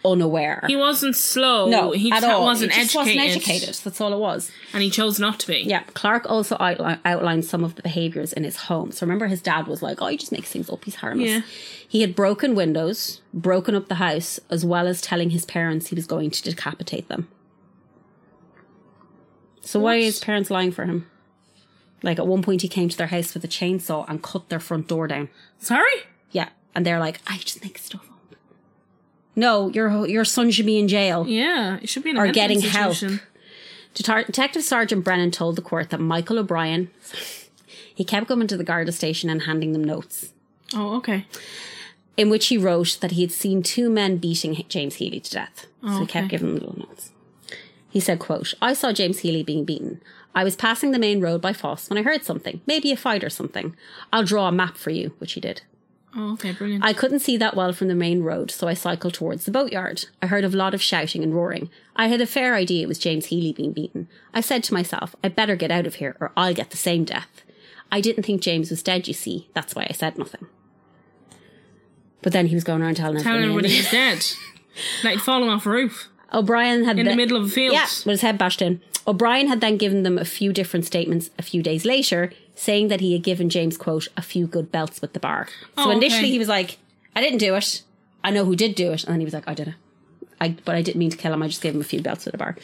Speaker 3: unaware.
Speaker 2: He wasn't slow.
Speaker 3: no,
Speaker 2: He
Speaker 3: at
Speaker 2: just
Speaker 3: all.
Speaker 2: wasn't
Speaker 3: he just
Speaker 2: educated.
Speaker 3: wasn't educated. That's all it was.
Speaker 2: And he chose not to be.
Speaker 3: Yeah. Clark also outli- outlined some of the behaviors in his home. So remember, his dad was like, "Oh, he just makes things up. He's harmless."
Speaker 2: Yeah.
Speaker 3: He had broken windows, broken up the house, as well as telling his parents he was going to decapitate them. So why are his parents lying for him? Like at one point, he came to their house with a chainsaw and cut their front door down.
Speaker 2: Sorry?
Speaker 3: Yeah, and they're like, "I just make stuff up." No, your your son should be in jail.
Speaker 2: Yeah. It should be an
Speaker 3: Or
Speaker 2: mental
Speaker 3: getting help.
Speaker 2: institution.
Speaker 3: Detar- Detective Sergeant Brennan told the court that Michael O'Brien, he kept going to the Garda station and handing them notes,
Speaker 2: Oh, okay.
Speaker 3: in which he wrote that he had seen two men beating H- James Healy to death. So he
Speaker 2: Okay.
Speaker 3: kept giving them little notes. He said, quote, I saw James Healy being beaten. I was passing the main road by Foss when I heard something, maybe a fight or something. I'll draw a map for you, which he did.
Speaker 2: Oh, okay. Brilliant.
Speaker 3: I couldn't see that well from the main road, so I cycled towards the boatyard. I heard a lot of shouting and roaring. I had a fair idea it was James Healy being beaten. I said to myself, I better get out of here or I'll get the same death. I didn't think James was dead, you see. That's why I said nothing. But then he was going around telling,
Speaker 2: Telling
Speaker 3: everyone.
Speaker 2: everybody he's dead. like falling off a roof.
Speaker 3: O'Brien had
Speaker 2: in the
Speaker 3: the-
Speaker 2: middle of a field.
Speaker 3: Yeah, with his head bashed in. O'Brien had then given them a few different statements a few days later, saying that he had given James, quote, a few good belts with the bar. So
Speaker 2: Oh,
Speaker 3: initially
Speaker 2: okay.
Speaker 3: he was like, I didn't do it. I know who did do it. And then he was like, I did it. I, but I didn't mean to kill him. I just gave him a few belts with a bar.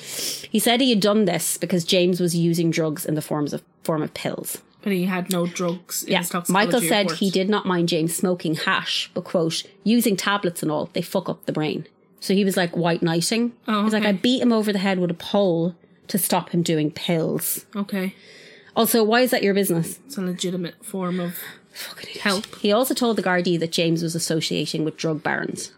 Speaker 3: He said he had done this because James was using drugs in the forms of form of pills.
Speaker 2: But he had no drugs in
Speaker 3: Yeah.
Speaker 2: his toxicology
Speaker 3: Michael said
Speaker 2: report.
Speaker 3: he did not mind James smoking hash, but quote, using tablets and all, they fuck up the brain. So he was like white knighting.
Speaker 2: Oh,
Speaker 3: He's like,
Speaker 2: okay.
Speaker 3: I beat him over the head with a pole to stop him doing pills.
Speaker 2: Okay.
Speaker 3: Also, why is that your business?
Speaker 2: It's a legitimate form of help.
Speaker 3: He also told the Gardaí that James was associating with drug barons.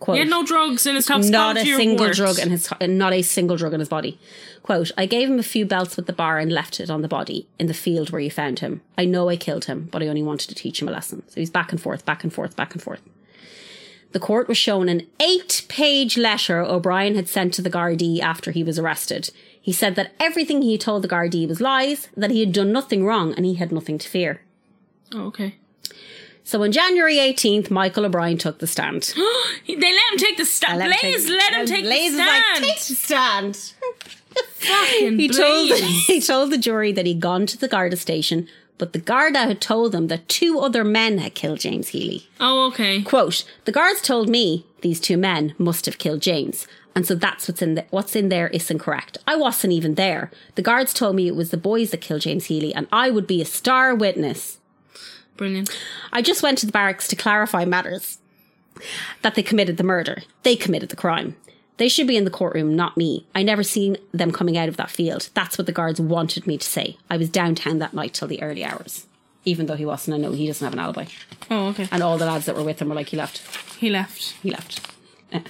Speaker 3: Quote,
Speaker 2: He had no drugs in his toxicology
Speaker 3: not a single
Speaker 2: report.
Speaker 3: drug in his not a single drug in his body. Quote, I gave him a few belts with the bar and left it on the body in the field where you found him. I know I killed him, but I only wanted to teach him a lesson. So he's back and forth, back and forth, back and forth. the court was shown an eight page letter O'Brien had sent to the Gardaí after he was arrested. He said that everything he told the Gardaí was lies, that he had done nothing wrong, and he had nothing to fear.
Speaker 2: Oh, okay.
Speaker 3: So on January 18th, Michael O'Brien took the stand.
Speaker 2: He- They let him take the stand.
Speaker 3: Let him take-
Speaker 2: Blaze let him take
Speaker 3: Blaze
Speaker 2: the
Speaker 3: was like,
Speaker 2: stand.
Speaker 3: "Take the stand.
Speaker 2: Fucking
Speaker 3: He told,
Speaker 2: Blaze.
Speaker 3: he told the jury that he'd gone to the Garda station, but the Garda had told them that two other men had killed James Healy.
Speaker 2: Oh, okay.
Speaker 3: Quote, the guards told me these two men must have killed James. And so that's what's in the, what's in there isn't correct. I wasn't even there. The guards told me it was the boys that killed James Healy and I would be a star witness.
Speaker 2: Brilliant.
Speaker 3: I just went to the barracks to clarify matters that they committed the murder. They committed the crime. They should be in the courtroom, not me. I never seen them coming out of that field. That's what the guards wanted me to say. I was downtown that night till the early hours. Even though he wasn't, I know he doesn't have an alibi.
Speaker 2: Oh, okay.
Speaker 3: And all the lads that were with him were like, he left
Speaker 2: He left.
Speaker 3: he left. Eh.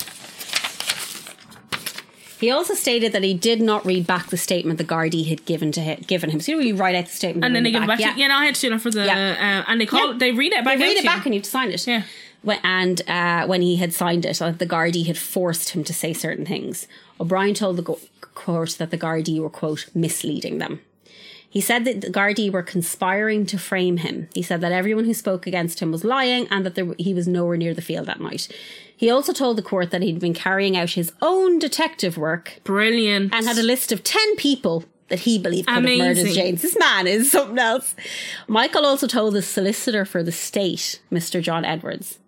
Speaker 3: He also stated that he did not read back the statement the Gardaí had given to him, given him. So you know, you write out the statement
Speaker 2: And then they give it back
Speaker 3: yeah.
Speaker 2: to you. Yeah, no, I had to do that for the.
Speaker 3: Yeah.
Speaker 2: Uh, and they call.
Speaker 3: Yeah.
Speaker 2: They read it
Speaker 3: They
Speaker 2: back. out
Speaker 3: read
Speaker 2: to
Speaker 3: it
Speaker 2: you.
Speaker 3: back and you have to sign it.
Speaker 2: Yeah.
Speaker 3: When, and uh, when he had signed it, uh, the Gardaí had forced him to say certain things. O'Brien told the go- court that the Gardaí were, quote, misleading them. He said that the Gardaí were conspiring to frame him. He said that everyone who spoke against him was lying and that there, he was nowhere near the field that night. He also told the court that he'd been carrying out his own detective work
Speaker 2: Brilliant.
Speaker 3: and had a list of 10 people that he believed could have murdered
Speaker 2: Amazing.
Speaker 3: James. This man is something else. Michael also told the solicitor for the state, Mr. John Edwards,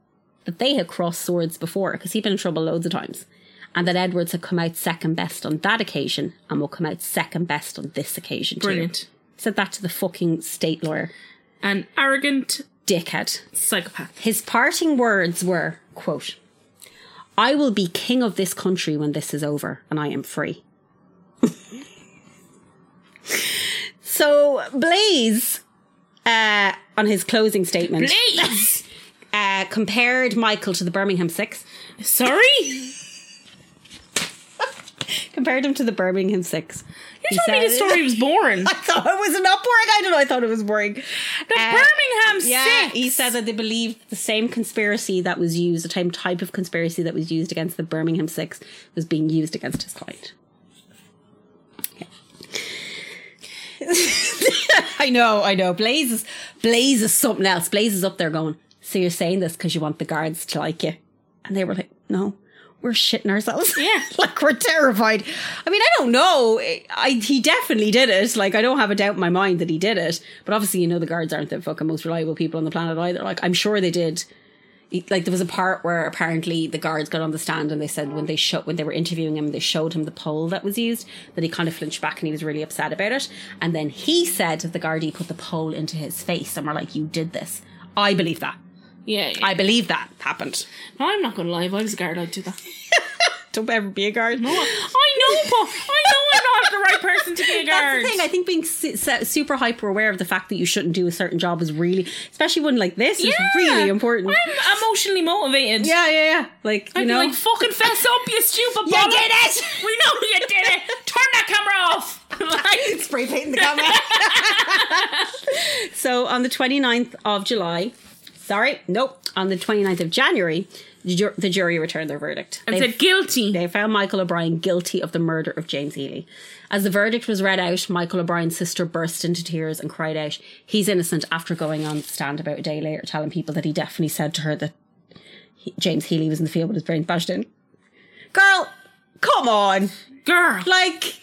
Speaker 3: that they had crossed swords before because he'd been in trouble loads of times. And that Edwards had come out second best on that occasion and will come out second best on this occasion too.
Speaker 2: Brilliant.
Speaker 3: Said that to the fucking state lawyer.
Speaker 2: An arrogant
Speaker 3: Dickhead.
Speaker 2: psychopath.
Speaker 3: His parting words were, quote, I will be king of this country when this is over and I am free. so Blaze, uh, on his closing statement,
Speaker 2: Blaze.
Speaker 3: uh, compared Michael to the Birmingham Six.
Speaker 2: Sorry.
Speaker 3: Compared him to the Birmingham Six.
Speaker 2: You told me the story was boring.
Speaker 3: I thought it was an upwork. I don't know. I thought it was boring. Uh,
Speaker 2: The Birmingham Six.
Speaker 3: He said that they believed the same conspiracy that was used, the same type of conspiracy that was used against the Birmingham Six was being used against his client. I know, I know. Blaze is, Blaze is something else. Blaze is up there going, So you're saying this because you want the guards to like you? And they were like, No, we're shitting ourselves.
Speaker 2: Yeah.
Speaker 3: like we're terrified. I mean, I don't know. I He definitely did it. Like, I don't have a doubt in my mind that he did it. But obviously, you know, the guards aren't the fucking most reliable people on the planet either. Like, I'm sure they did like there was a part where apparently the guards got on the stand and they said when they showed when they were interviewing him they showed him the poll that was used that he kind of flinched back and he was really upset about it and then he said that the guardie put the poll into his face and were like you did this I believe that
Speaker 2: Yeah. yeah.
Speaker 3: I believe that happened
Speaker 2: No, I'm not gonna lie. If I was a guard, I'd do that.
Speaker 3: don't ever be a guard no
Speaker 2: I know, but I know I'm not the right person to be a
Speaker 3: That's
Speaker 2: guard.
Speaker 3: the thing. I think being su- su- super hyper aware of the fact that you shouldn't do a certain job is really, especially one like this, is really important.
Speaker 2: I'm emotionally motivated.
Speaker 3: yeah, yeah, yeah. Like you
Speaker 2: I'd be
Speaker 3: know,
Speaker 2: like, fucking fess up, you stupid
Speaker 3: You
Speaker 2: bollocks.
Speaker 3: did it!
Speaker 2: We know you did it! Turn that camera off! like,
Speaker 3: spray painting the camera. so on the 29th of July, sorry, nope, on the 29th of January, the ju- the jury returned their verdict.
Speaker 2: and
Speaker 3: They-
Speaker 2: said guilty.
Speaker 3: they found Michael O'Brien guilty of the murder of James Healy. As the verdict was read out, Michael O'Brien's sister burst into tears and cried out, He's innocent, after going on the stand about a day later, telling people that he definitely said to her that he- James Healy was in the field with his brain bashed in. Girl, come on.
Speaker 2: Girl,
Speaker 3: Like,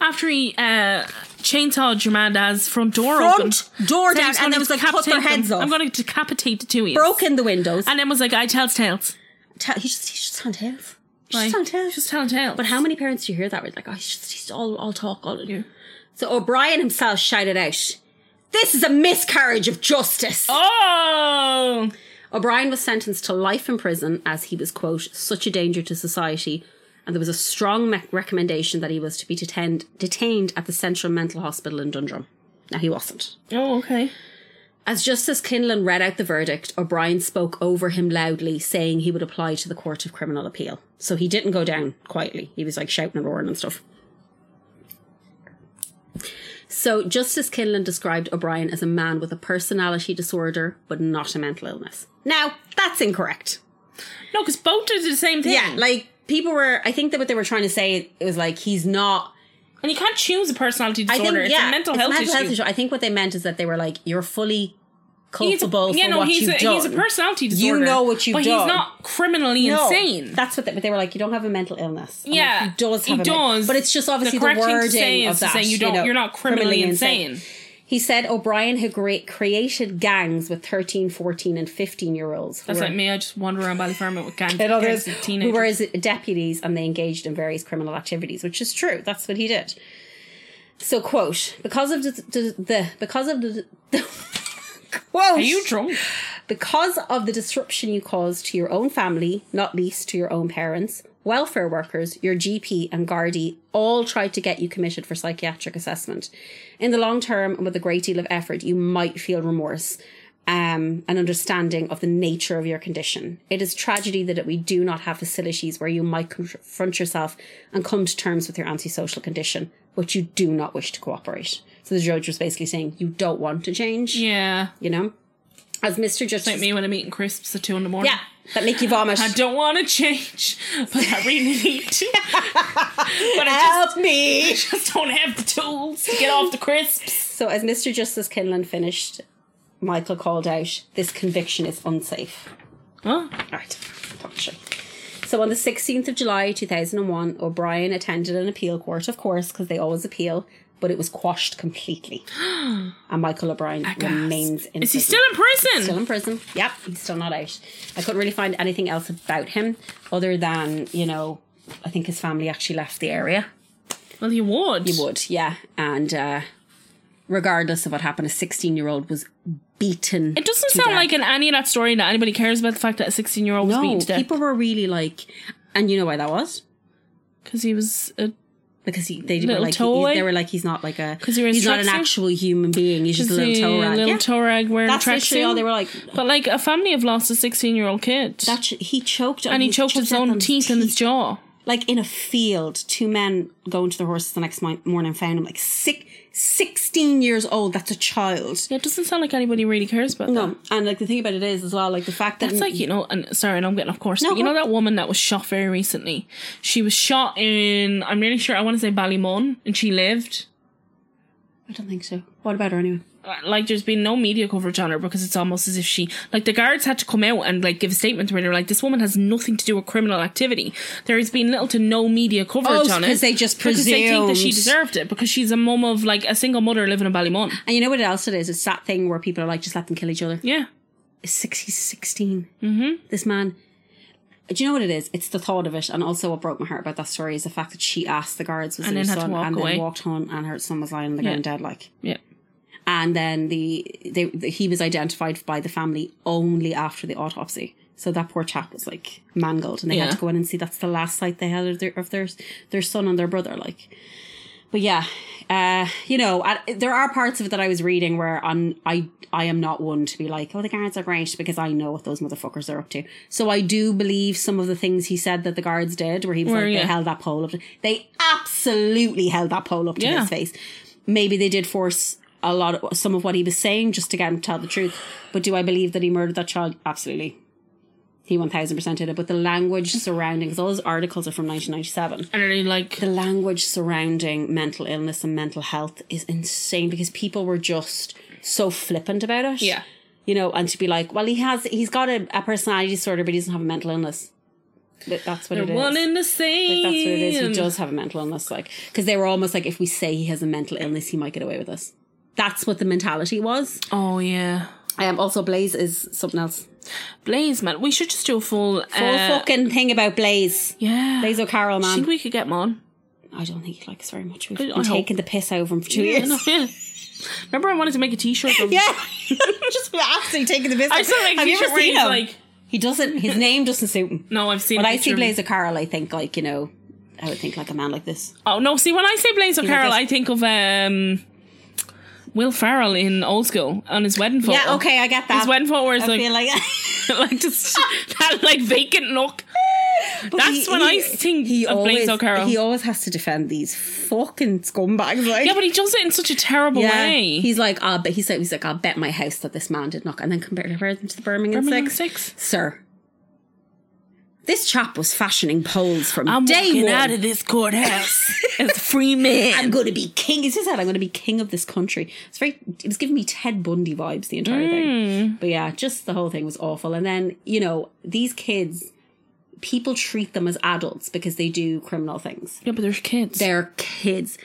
Speaker 2: after he uh, chainsawed your man dad's front door open.
Speaker 3: front door
Speaker 2: said he
Speaker 3: down, and
Speaker 2: gonna
Speaker 3: there was like, cut their
Speaker 2: decapitate
Speaker 3: heads
Speaker 2: them.
Speaker 3: off.
Speaker 2: I'm going to decapitate the two of you.
Speaker 3: broken the windows.
Speaker 2: And then was like, I tells tales.
Speaker 3: Ta- he's just he's just on tales. He's
Speaker 2: Like,
Speaker 3: just on tales.
Speaker 2: Just telling tales.
Speaker 3: but how many parents do you hear that with like, oh, he's just he's all all talk all yeah. So O'Brien himself shouted out, "This is a miscarriage of justice."
Speaker 2: Oh!
Speaker 3: O'Brien was sentenced to life in prison as he was quote such a danger to society. And there was a strong me- recommendation that he was to be detained, detained at the Central Mental Hospital in Dundrum. Now, he wasn't.
Speaker 2: Oh, okay.
Speaker 3: As Justice Kinlan read out the verdict, O'Brien spoke over him loudly, saying he would apply to the Court of Criminal Appeal. So he didn't go down quietly. He was like shouting and roaring and stuff. So Justice Kinlan described O'Brien as a man with a personality disorder, but not a mental illness. Now, that's incorrect.
Speaker 2: No, because both did the same thing.
Speaker 3: Yeah, like people were. I think that what they were trying to say it was like he's not.
Speaker 2: and you can't choose a personality
Speaker 3: I
Speaker 2: disorder.
Speaker 3: think
Speaker 2: it's
Speaker 3: yeah,
Speaker 2: a mental
Speaker 3: it's
Speaker 2: health issue.
Speaker 3: I think what they meant is that they were like you're fully
Speaker 2: He's a,
Speaker 3: culpable
Speaker 2: yeah,
Speaker 3: for
Speaker 2: no,
Speaker 3: what
Speaker 2: he's
Speaker 3: you've
Speaker 2: a,
Speaker 3: done.
Speaker 2: he's a personality disorder.
Speaker 3: know what you've
Speaker 2: but
Speaker 3: done.
Speaker 2: he's not criminally
Speaker 3: No,
Speaker 2: insane.
Speaker 3: That's what they, but they were like. You don't have a mental illness. I'm like,
Speaker 2: yeah,
Speaker 3: he does. Have a men- but it's just obviously the,
Speaker 2: correct thing
Speaker 3: wording
Speaker 2: to say
Speaker 3: of
Speaker 2: is
Speaker 3: that.
Speaker 2: To say you don't,
Speaker 3: know,
Speaker 2: you're not criminally, insane.
Speaker 3: He said O'Brien had cre- created gangs with 13, 14, and 15 year olds. who
Speaker 2: That's
Speaker 3: were-
Speaker 2: like me. I just wander around Ballyfermot with gangs,
Speaker 3: and others
Speaker 2: gangs of
Speaker 3: who
Speaker 2: teenagers.
Speaker 3: were his deputies and they engaged in various criminal activities, which is true. That's what he did. So, quote, because of the, the, the because of the, the quote,
Speaker 2: Are you drunk?
Speaker 3: because of the disruption you caused to your own family, not least to your own parents, welfare workers, your GP, and Gardaí E all tried to get you committed for psychiatric assessment. In the long term, and with a great deal of effort, you might feel remorse um, and understanding of the nature of your condition. It is tragedy that we do not have facilities where you might confront yourself and come to terms with your antisocial condition, but you do not wish to cooperate. So the judge was basically saying, you don't want to change,
Speaker 2: Yeah,
Speaker 3: you know? As Mr. Justice
Speaker 2: like me when I'm eating crisps at two in the morning.
Speaker 3: yeah, that make you vomit.
Speaker 2: I don't want to change, but I really need to. but I
Speaker 3: Help me.
Speaker 2: just, just don't have the tools to get off the crisps.
Speaker 3: So, as Mr. Justice Kinlan finished, Michael called out, "This conviction is unsafe."
Speaker 2: Huh?
Speaker 3: All right, talk shit. So, on the 16th of July 2001, O'Brien attended an appeal court, of course, because they always appeal, but it was quashed completely. and Michael O'Brien remains in
Speaker 2: Is he
Speaker 3: prison.
Speaker 2: still in prison?
Speaker 3: Still in prison. Yep, he's still not out. I couldn't really find anything else about him other than, you know, I think his family actually left the area.
Speaker 2: well, he would.
Speaker 3: He would, yeah. And uh, regardless of what happened, a 16 year old was beaten.
Speaker 2: It doesn't sound like in any of that story that anybody cares about the fact that a 16 year old was
Speaker 3: No,
Speaker 2: beaten to death
Speaker 3: people were really like, and you know why that was?
Speaker 2: because he was a
Speaker 3: Because he, they were
Speaker 2: Little
Speaker 3: like,
Speaker 2: toy?
Speaker 3: he- they were like, he's not like a,
Speaker 2: 'Cause he wears
Speaker 3: he's not an
Speaker 2: tracksuit?
Speaker 3: actual human being. He's just a little toe rag.
Speaker 2: little
Speaker 3: yeah.
Speaker 2: toe rag wearing
Speaker 3: That's
Speaker 2: a
Speaker 3: literally
Speaker 2: tracksuit.
Speaker 3: all they were like.
Speaker 2: But like a family have lost a 16 year old kid.
Speaker 3: That sh- he choked,
Speaker 2: and he choked his
Speaker 3: out
Speaker 2: own
Speaker 3: on
Speaker 2: teeth in his jaw.
Speaker 3: Like in a field, two men going to their horses the next mi- morning found him like sick, 16 years old. That's a child.
Speaker 2: Yeah, it doesn't sound like anybody really cares about that.
Speaker 3: No, and like the thing about it is as well, like the fact that
Speaker 2: It's like, you know, and sorry, and I'm getting off course,
Speaker 3: No,
Speaker 2: but you
Speaker 3: go
Speaker 2: know
Speaker 3: on.
Speaker 2: that woman that was shot very recently? She was shot in, I'm really sure, I want to say Ballymun, and she lived.
Speaker 3: I don't think so. What about her anyway?
Speaker 2: like there's been no media coverage on her because it's almost as if she like the guards had to come out and like give a statement where they're like this woman has nothing to do with criminal activity there has been little to no media coverage
Speaker 3: Oh,
Speaker 2: on it
Speaker 3: 'cause they just
Speaker 2: because they think that she
Speaker 3: presumed.
Speaker 2: deserved it because she's a mum of like a single mother living in Ballymun
Speaker 3: And you know what else it is? It's that thing where people are like, just let them kill each other.
Speaker 2: yeah
Speaker 3: It's six, he's 16. Mm-hmm. This man. Do you know what it is? It's the thought of it. And also, what broke my heart about that story is the fact that she asked the guards was
Speaker 2: And
Speaker 3: her
Speaker 2: then had to
Speaker 3: son
Speaker 2: walk
Speaker 3: and
Speaker 2: away.
Speaker 3: then walked home and her son was lying on the ground dead. Like,
Speaker 2: yeah
Speaker 3: and then the, they, the he was identified by the family only after the autopsy. So that poor chap was like mangled, and they
Speaker 2: Yeah.
Speaker 3: had to go in and see. That's the last sight they had of their of their, their son and their brother. Like, but yeah, uh, you know, I, there are parts of it that I was reading where I'm, I I am not one to be like, oh, the guards are great because I know what those motherfuckers are up to. So I do believe some of the things he said that the guards did, where he was
Speaker 2: Where,
Speaker 3: like,
Speaker 2: yeah.
Speaker 3: they held that pole up. To, they absolutely held that pole up to
Speaker 2: Yeah.
Speaker 3: his face. Maybe they did force a lot of some of what he was saying just to get him to tell the truth. But do I believe that he murdered that child? Absolutely. He 1000% did it. But the language surrounding, because all those articles are from 1997
Speaker 2: and they like
Speaker 3: the language surrounding mental illness and mental health is insane because people were just so flippant about it.
Speaker 2: Yeah.
Speaker 3: You know, and to be like, well, he has, he's got a, a personality disorder, but he doesn't have a mental illness. That- That's what
Speaker 2: they're
Speaker 3: it is.
Speaker 2: one in the
Speaker 3: Like,
Speaker 2: same
Speaker 3: that's what it is. He does have a mental illness, like because they were almost like, if we say he has a mental illness, he might get away with us. That's what the mentality was.
Speaker 2: oh yeah
Speaker 3: Um, also, Blaze is something else.
Speaker 2: Blaze man we should just do a full
Speaker 3: Full
Speaker 2: uh,
Speaker 3: fucking thing about Blaze.
Speaker 2: yeah
Speaker 3: Blaze O'Carroll,
Speaker 2: I
Speaker 3: man.
Speaker 2: think we could get him on
Speaker 3: I don't think he likes us very much. We've
Speaker 2: I- I
Speaker 3: been
Speaker 2: hope-
Speaker 3: taking the piss out of him for two
Speaker 2: yeah,
Speaker 3: years.
Speaker 2: no, yeah. remember I wanted to make a t-shirt of
Speaker 3: Yeah, just absolutely taking the business.
Speaker 2: I still make a
Speaker 3: Have you
Speaker 2: t-shirt
Speaker 3: ever
Speaker 2: where
Speaker 3: seen
Speaker 2: he's
Speaker 3: him?
Speaker 2: like
Speaker 3: he doesn't. His name doesn't suit him.
Speaker 2: no I've seen
Speaker 3: When
Speaker 2: a
Speaker 3: I
Speaker 2: picture
Speaker 3: see
Speaker 2: of him.
Speaker 3: Blaze O'Carroll, I think like you know, I would think like a man like this.
Speaker 2: Oh no! See, when I say Blaze O'Carroll,
Speaker 3: this-
Speaker 2: I think of um, Will Farrell in Old School on his wedding photo.
Speaker 3: Yeah, okay, I get that.
Speaker 2: His wedding photo where it's
Speaker 3: I
Speaker 2: like,
Speaker 3: feel
Speaker 2: like,
Speaker 3: like
Speaker 2: just that like vacant look.
Speaker 3: But
Speaker 2: That's when I think of Blaze O'Carroll.
Speaker 3: He always has to defend these fucking scumbags. Like,
Speaker 2: Yeah, but he does it in such a terrible
Speaker 3: Yeah.
Speaker 2: way.
Speaker 3: He's like, "Ah, I'll bet. He's like, he's like, I'll bet my house that this man did not. And then compare compare them to the Birmingham,
Speaker 2: Birmingham
Speaker 3: Six,
Speaker 2: Six.
Speaker 3: sir. This chap was fashioning poles from
Speaker 2: I'm
Speaker 3: day
Speaker 2: walking
Speaker 3: one.
Speaker 2: out of this courthouse as a free man.
Speaker 3: I'm going to be king. He just said, I'm going to be king of this country. It's very, it was giving me Ted Bundy vibes the entire thing. But yeah, just the whole thing was awful. And then, you know, these kids, people treat them as adults because they do criminal things.
Speaker 2: yeah, but there's kids.
Speaker 3: They're kids.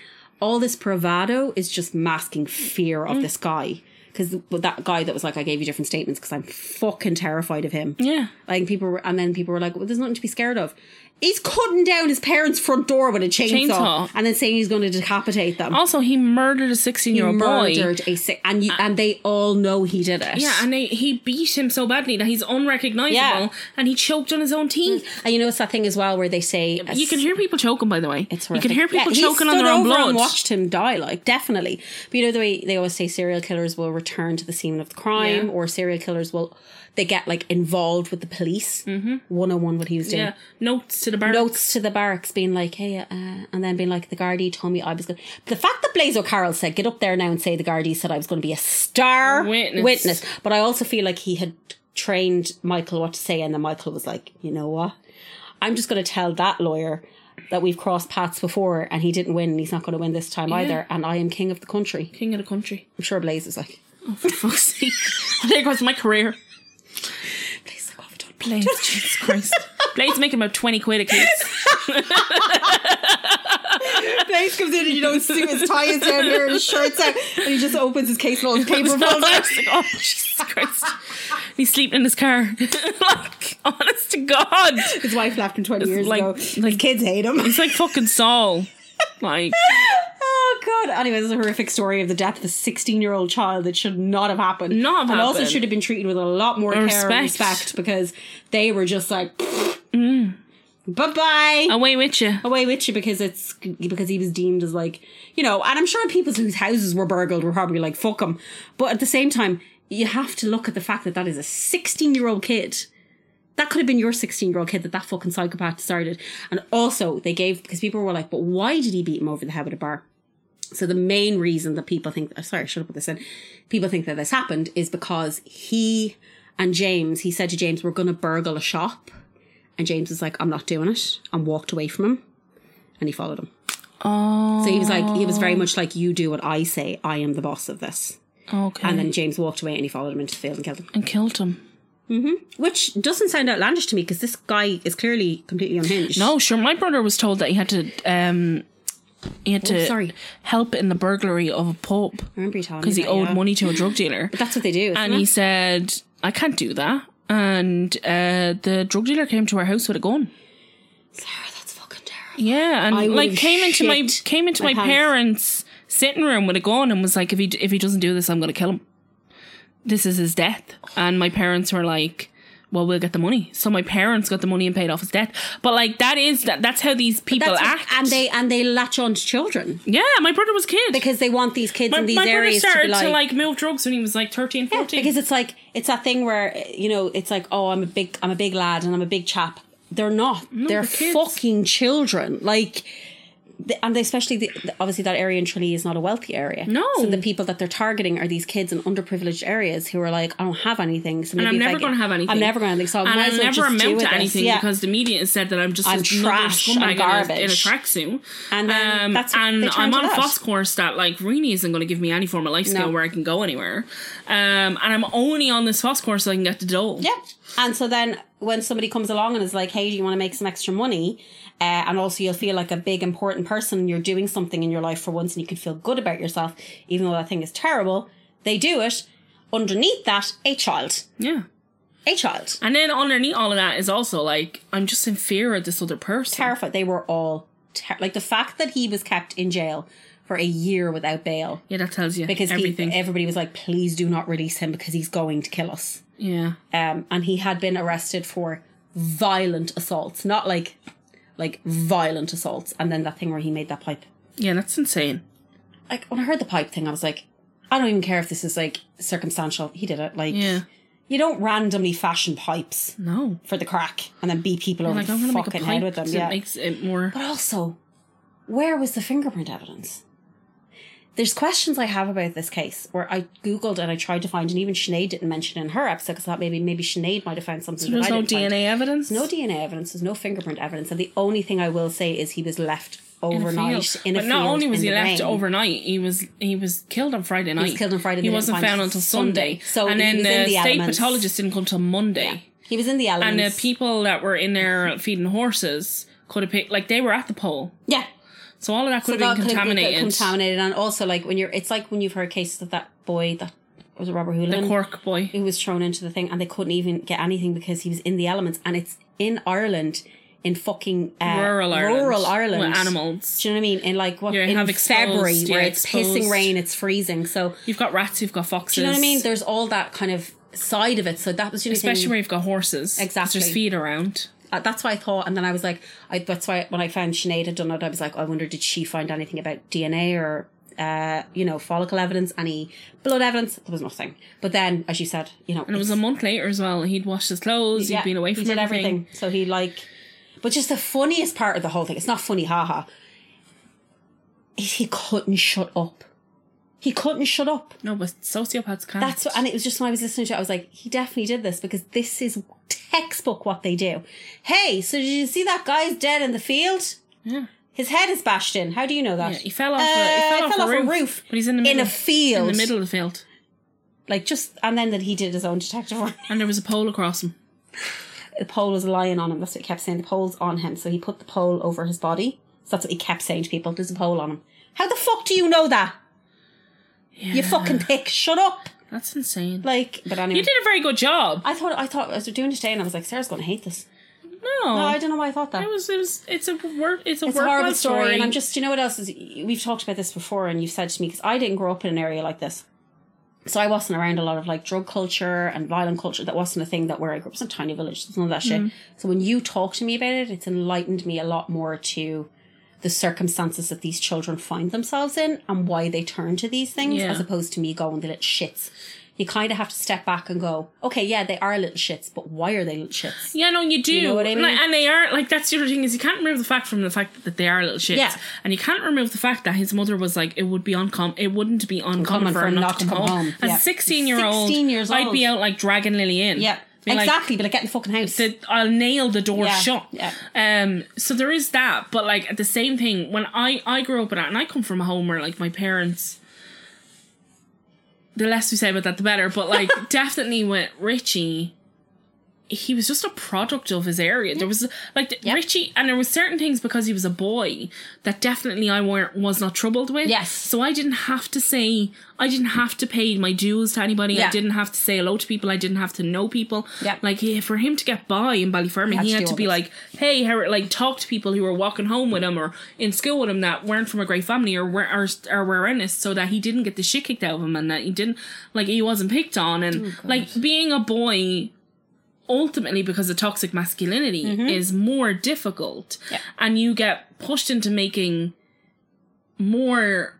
Speaker 3: All this bravado is just masking fear
Speaker 2: Mm.
Speaker 3: of this guy. Because that guy that was like, I gave you different statements because I'm fucking terrified of him.
Speaker 2: Yeah.
Speaker 3: Like people were, and then people were like, "Well, there's nothing to be scared of." He's cutting down his parents' front door with a chainsaw,
Speaker 2: Chainsaw.
Speaker 3: and then saying he's going to decapitate them.
Speaker 2: Also, he murdered a 16
Speaker 3: he
Speaker 2: year old boy. Uh,
Speaker 3: murdered a si- and you, and they all know he did it.
Speaker 2: Yeah, and he, he beat him so badly that he's unrecognizable
Speaker 3: Yeah.
Speaker 2: and he choked on his own teeth.
Speaker 3: and you know it's that thing as well where they say a
Speaker 2: You can hear people choking, by the way.
Speaker 3: It's
Speaker 2: you
Speaker 3: horrific.
Speaker 2: can hear people
Speaker 3: Yeah, he
Speaker 2: choking on
Speaker 3: stood
Speaker 2: their own
Speaker 3: over
Speaker 2: blood.
Speaker 3: And watched him die, like definitely. But you know the way they always say serial killers will return to the scene of the crime,
Speaker 2: Yeah.
Speaker 3: or serial killers will they get like involved with the police, one on one what he was doing.
Speaker 2: Mm-hmm. yeah, notes to the bar.
Speaker 3: notes to the barracks being like, hey, uh, and then being like, the Guardie told me I was going The fact that Blaise O'Carroll said, get up there now and say the Guardie said I was going to be a star
Speaker 2: Witness.
Speaker 3: But I also feel like he had trained Michael what to say, and then Michael was like, you know what? I'm just going to tell that lawyer that we've crossed paths before and he didn't win and he's not going to win this time either. And I am king of the country.
Speaker 2: King of the country.
Speaker 3: I'm sure Blaise is like,
Speaker 2: For fuck's sake. there goes my career.
Speaker 3: Blaise, like, oh, I've done
Speaker 2: Blaze, Jesus Christ. Blaze making about 20 quid a case.
Speaker 3: Blaze comes in and you know his suit, his tie is down here, his shirt's out, and he just opens his case and all his paper falls out.
Speaker 2: oh, Jesus Christ. He's sleeping in his car. like, honest to God.
Speaker 3: His wife left him 20 years
Speaker 2: like-
Speaker 3: ago.
Speaker 2: like-
Speaker 3: His kids hate him.
Speaker 2: It's like fucking Saul. Like,
Speaker 3: oh, God. Anyway, this is a horrific story of the death of a 16 year old child that should not have happened.
Speaker 2: Not have
Speaker 3: And also
Speaker 2: happened.
Speaker 3: should have been treated with a lot more care and
Speaker 2: respect.
Speaker 3: respect Mm. because they were just like, bye bye.
Speaker 2: away with you.
Speaker 3: Away with you because it's because he was deemed as like you know, and I'm sure people whose houses were burgled were probably like fuck him, but at the same time, you have to look at the fact that that is a 16 year old kid. That could have been your 16 year old kid that that fucking psychopath started. And also, they gave because people were like, but why did he beat him over the head with a bar? So the main reason that people think, oh, sorry, I should have put this in. People think that this happened is because he and James, he said to James, we're going to burgle a shop. And James was like, I'm not doing it. And walked away from him. And he followed him. Oh. So he was like, he was very much like, you do what I say. I am the boss of this.
Speaker 2: Okay.
Speaker 3: And then James walked away and he followed him into the field and killed him.
Speaker 2: and killed him.
Speaker 3: Which doesn't sound outlandish to me because this guy is clearly completely unhinged.
Speaker 2: No, Oh, sure. My brother was told that he had to, um, he had to
Speaker 3: sorry.
Speaker 2: help in the burglary of a pub
Speaker 3: I remember you telling me
Speaker 2: because he
Speaker 3: that,
Speaker 2: owed
Speaker 3: yeah.
Speaker 2: money to a drug dealer.
Speaker 3: That's what they do. isn't
Speaker 2: and
Speaker 3: it?
Speaker 2: he said, "I can't do that." And uh, the drug dealar came to our house with a gun.
Speaker 3: Sarah, that's fucking terrible.
Speaker 2: Yeah, and
Speaker 3: I would
Speaker 2: like
Speaker 3: have
Speaker 2: came into my
Speaker 3: shit
Speaker 2: came into
Speaker 3: my
Speaker 2: my,
Speaker 3: pants.
Speaker 2: parents' sitting room with a gun and was like, "If he if he doesn't do this, I'm going to kill him. This is his death." And my parents were like. Well, we'll get the money. So my parents got the money and paid off his debt. But like that is that that's how these people
Speaker 3: That's what-
Speaker 2: act.
Speaker 3: and they and they latch on to children
Speaker 2: Yeah, my brother was a kid.
Speaker 3: because they want these kids
Speaker 2: my,
Speaker 3: in these
Speaker 2: my brother
Speaker 3: areas to
Speaker 2: started
Speaker 3: be like,
Speaker 2: move drugs when he was like 13,
Speaker 3: Yeah,
Speaker 2: 14.
Speaker 3: because it's like it's that thing where you know it's like oh I'm a big I'm a big lad and I'm a big chap. They're not. they're
Speaker 2: they're kids.
Speaker 3: fucking children. Like. the- And they especially, the, the- obviously, that area in Tralee is not a wealthy area.
Speaker 2: No.
Speaker 3: so the people that they're targeting are these kids in underprivileged areas who are like, "I don't have anything, so maybe
Speaker 2: and I'm
Speaker 3: if I
Speaker 2: never
Speaker 3: get-
Speaker 2: going to have anything.
Speaker 3: I'm never going to anything, so I
Speaker 2: and
Speaker 3: might
Speaker 2: I
Speaker 3: as well
Speaker 2: never
Speaker 3: just do
Speaker 2: amount
Speaker 3: with
Speaker 2: to
Speaker 3: this.
Speaker 2: anything
Speaker 3: yeah.
Speaker 2: because the media has said that I'm just
Speaker 3: I'm
Speaker 2: another
Speaker 3: trash,
Speaker 2: scumbag
Speaker 3: I'm
Speaker 2: in a- in a,
Speaker 3: garbage.
Speaker 2: tracksuit. Um,
Speaker 3: And then that's what
Speaker 2: and
Speaker 3: they turn
Speaker 2: I'm
Speaker 3: to
Speaker 2: on a
Speaker 3: that.
Speaker 2: FOSS course that like really isn't going to give me any form of life skill
Speaker 3: No.
Speaker 2: where I can go anywhere. Um, and I'm only on this FOSS course so I can get to Dole.
Speaker 3: Yeah. And so then when somebody comes along and is like, hey, do you want to make some extra money? Uh, and also you'll feel like a big important person and you're doing something in your life for once and you can feel good about yourself, even though that thing is terrible. They do it. Underneath that, a child.
Speaker 2: Yeah.
Speaker 3: A child.
Speaker 2: And then underneath all of that is also like I'm just in fear of this other person.
Speaker 3: Terrified. They were all ter- like the fact that he was kept in jail for a year without bail
Speaker 2: yeah, that tells you
Speaker 3: because he,
Speaker 2: everything.
Speaker 3: everybody was like, please do not release him because he's going to kill us.
Speaker 2: yeah.
Speaker 3: um, and he had been arrested for violent assaults, not like like violent assaults. And then that thing where he made that pipe.
Speaker 2: Yeah, that's insane.
Speaker 3: Like when I heard the pipe thing, I was like, I don't even care if this is like circumstantial. He did it. Like
Speaker 2: Yeah.
Speaker 3: you don't randomly fashion pipes
Speaker 2: No.
Speaker 3: for the crack and then beat people over
Speaker 2: Like I'm
Speaker 3: the
Speaker 2: gonna make a
Speaker 3: fucking
Speaker 2: pipe
Speaker 3: head with them.
Speaker 2: so
Speaker 3: Yeah.
Speaker 2: it makes it more
Speaker 3: but also, where was the fingerprint evidence? There's questions I have about this case where I googled and I tried to find, and even Sinead didn't mention it in her episode because I thought maybe maybe Sinead might have found something. that
Speaker 2: There's
Speaker 3: I
Speaker 2: no
Speaker 3: didn't find.
Speaker 2: DNA evidence.
Speaker 3: No DNA evidence. There's no fingerprint evidence, and the only thing I will say is he was left
Speaker 2: In a
Speaker 3: overnight
Speaker 2: field.
Speaker 3: in a field.
Speaker 2: but not only was
Speaker 3: in
Speaker 2: he
Speaker 3: the
Speaker 2: left
Speaker 3: rain.
Speaker 2: overnight, he was he was killed on Friday night.
Speaker 3: killed on Friday,
Speaker 2: He
Speaker 3: they
Speaker 2: wasn't
Speaker 3: didn't find
Speaker 2: found
Speaker 3: him
Speaker 2: until
Speaker 3: Sunday.
Speaker 2: Sunday.
Speaker 3: So
Speaker 2: and
Speaker 3: he
Speaker 2: then
Speaker 3: was in
Speaker 2: the,
Speaker 3: the
Speaker 2: state
Speaker 3: elements.
Speaker 2: pathologist didn't come till Monday.
Speaker 3: He was in the
Speaker 2: And uh,
Speaker 3: elements.
Speaker 2: the people that were in there feeding horses could have picked like they were at the pole,
Speaker 3: yeah,
Speaker 2: so all of that could
Speaker 3: So
Speaker 2: have been
Speaker 3: that could
Speaker 2: contaminated.
Speaker 3: contaminated, and also like when you're, it's like when you've heard cases of that boy that was a Robert Houlihan,
Speaker 2: the Cork boy.
Speaker 3: who was thrown into the thing, and they couldn't even get anything because he was in the elements, and it's in Ireland, in fucking uh,
Speaker 2: rural Ireland.
Speaker 3: rural Ireland.
Speaker 2: With animals.
Speaker 3: Do you know what I mean? In like what
Speaker 2: You
Speaker 3: in
Speaker 2: have exposed,
Speaker 3: February,
Speaker 2: yeah,
Speaker 3: where it's pissing
Speaker 2: exposed.
Speaker 3: rain, it's freezing. So
Speaker 2: You've got rats, you've got foxes.
Speaker 3: do you know what I mean? There's all that kind of side of it. So that was the only thing-
Speaker 2: Especially where you've got horses. 'cause
Speaker 3: Exactly.
Speaker 2: There's feed around.
Speaker 3: uh, that's why I thought, and then I was like, I, that's why when I found Sinead had done it, I was like, I wonder did she find anything about DNA or, uh, you know, follicle evidence, any blood evidence? There was nothing. But then, as you said, you know,
Speaker 2: And it was a month later as well. He'd washed his clothes, he'd been away from
Speaker 3: he did
Speaker 2: everything.
Speaker 3: So he like, but just the funniest part of the whole thing. It's not funny, haha. Is he couldn't shut up. He couldn't shut up.
Speaker 2: No, but sociopaths can't.
Speaker 3: That's what, and it was just when I was listening to it, I was like, he definitely did this because this is textbook what they do. Hey, so did you see that guy's dead in the field?
Speaker 2: Yeah.
Speaker 3: His head is bashed in. How do you know that?
Speaker 2: Yeah, he fell off, a,
Speaker 3: Uh,
Speaker 2: he fell off, a, roof, But he's in the middle.
Speaker 3: in a field,
Speaker 2: In the middle of the field.
Speaker 3: Like just, and then that he did his own detective work.
Speaker 2: And there was a pole across him.
Speaker 3: the pole was lying on him. That's what he kept saying. The pole's on him, so he put the pole over his body. So that's what he kept saying to people. There's a pole on him. How the fuck do you know that? You fucking pick. Shut up.
Speaker 2: That's insane.
Speaker 3: Like, but anyway,
Speaker 2: you did a very good job.
Speaker 3: I thought I thought I was doing it today, and I was like, Sarah's gonna hate this.
Speaker 2: no.
Speaker 3: No, I don't know why I thought that.
Speaker 2: It was, it was, it's a work, it's a
Speaker 3: it's a
Speaker 2: worthwhile
Speaker 3: horrible story,
Speaker 2: story.
Speaker 3: and I'm just, you know what else is? We've talked about this before, and you've said to me because I didn't grow up in an area like this, so I wasn't around a lot of like drug culture and violent culture. That wasn't a thing that where I grew up. It's a tiny village, there's none of that shit.
Speaker 2: Mm-hmm.
Speaker 3: So when you talk to me about it, it's enlightened me a lot more to the circumstances that these children find themselves in and why they turn to these things,
Speaker 2: Yeah.
Speaker 3: as opposed to me going the little shits. You kind of have to step back and go, okay, yeah, they are little shits, but why are they little shits?
Speaker 2: Yeah, no, you do.
Speaker 3: know what I
Speaker 2: And,
Speaker 3: mean?
Speaker 2: like- and they are like that's the other thing is you can't remove the fact from the fact that they are little shits.
Speaker 3: Yeah.
Speaker 2: And you can't remove the fact that his mother was like, it would be uncom it wouldn't be uncommon for him not to come home. As
Speaker 3: Yeah.
Speaker 2: a sixteen year old
Speaker 3: 16 years
Speaker 2: I'd
Speaker 3: old.
Speaker 2: be out like dragging Lily in.
Speaker 3: Yeah,
Speaker 2: Be like,
Speaker 3: exactly. but like, get in the fucking house.
Speaker 2: that I'll nail the door
Speaker 3: Yeah,
Speaker 2: shut.
Speaker 3: yeah.
Speaker 2: Um. So there is that, but like at the same thing, when I I grew up in that, and I come from a home where like my parents. The less we say about that, the better. But like, definitely with Richie, he was just a product of his area. There was like the- Richie, and there was certain things because he was a boy that definitely I weren't was not troubled with.
Speaker 3: Yes.
Speaker 2: So I didn't have to say I didn't have to pay my dues to anybody.
Speaker 3: Yeah.
Speaker 2: I didn't have to say hello to people. I didn't have to know people.
Speaker 3: Yeah.
Speaker 2: Like he, for him to get by in Ballyfermot, he
Speaker 3: to
Speaker 2: had
Speaker 3: do
Speaker 2: to
Speaker 3: all
Speaker 2: be
Speaker 3: this.
Speaker 2: like, hey, how, are- like talk to people who were walking home with him or in school with him that weren't from a great family or were or, or were in it, so that he didn't get the shit kicked out of him and that he didn't like he wasn't picked on and like being a boy ultimately because of toxic masculinity
Speaker 3: Mm-hmm.
Speaker 2: is more difficult
Speaker 3: Yeah.
Speaker 2: and you get pushed into making more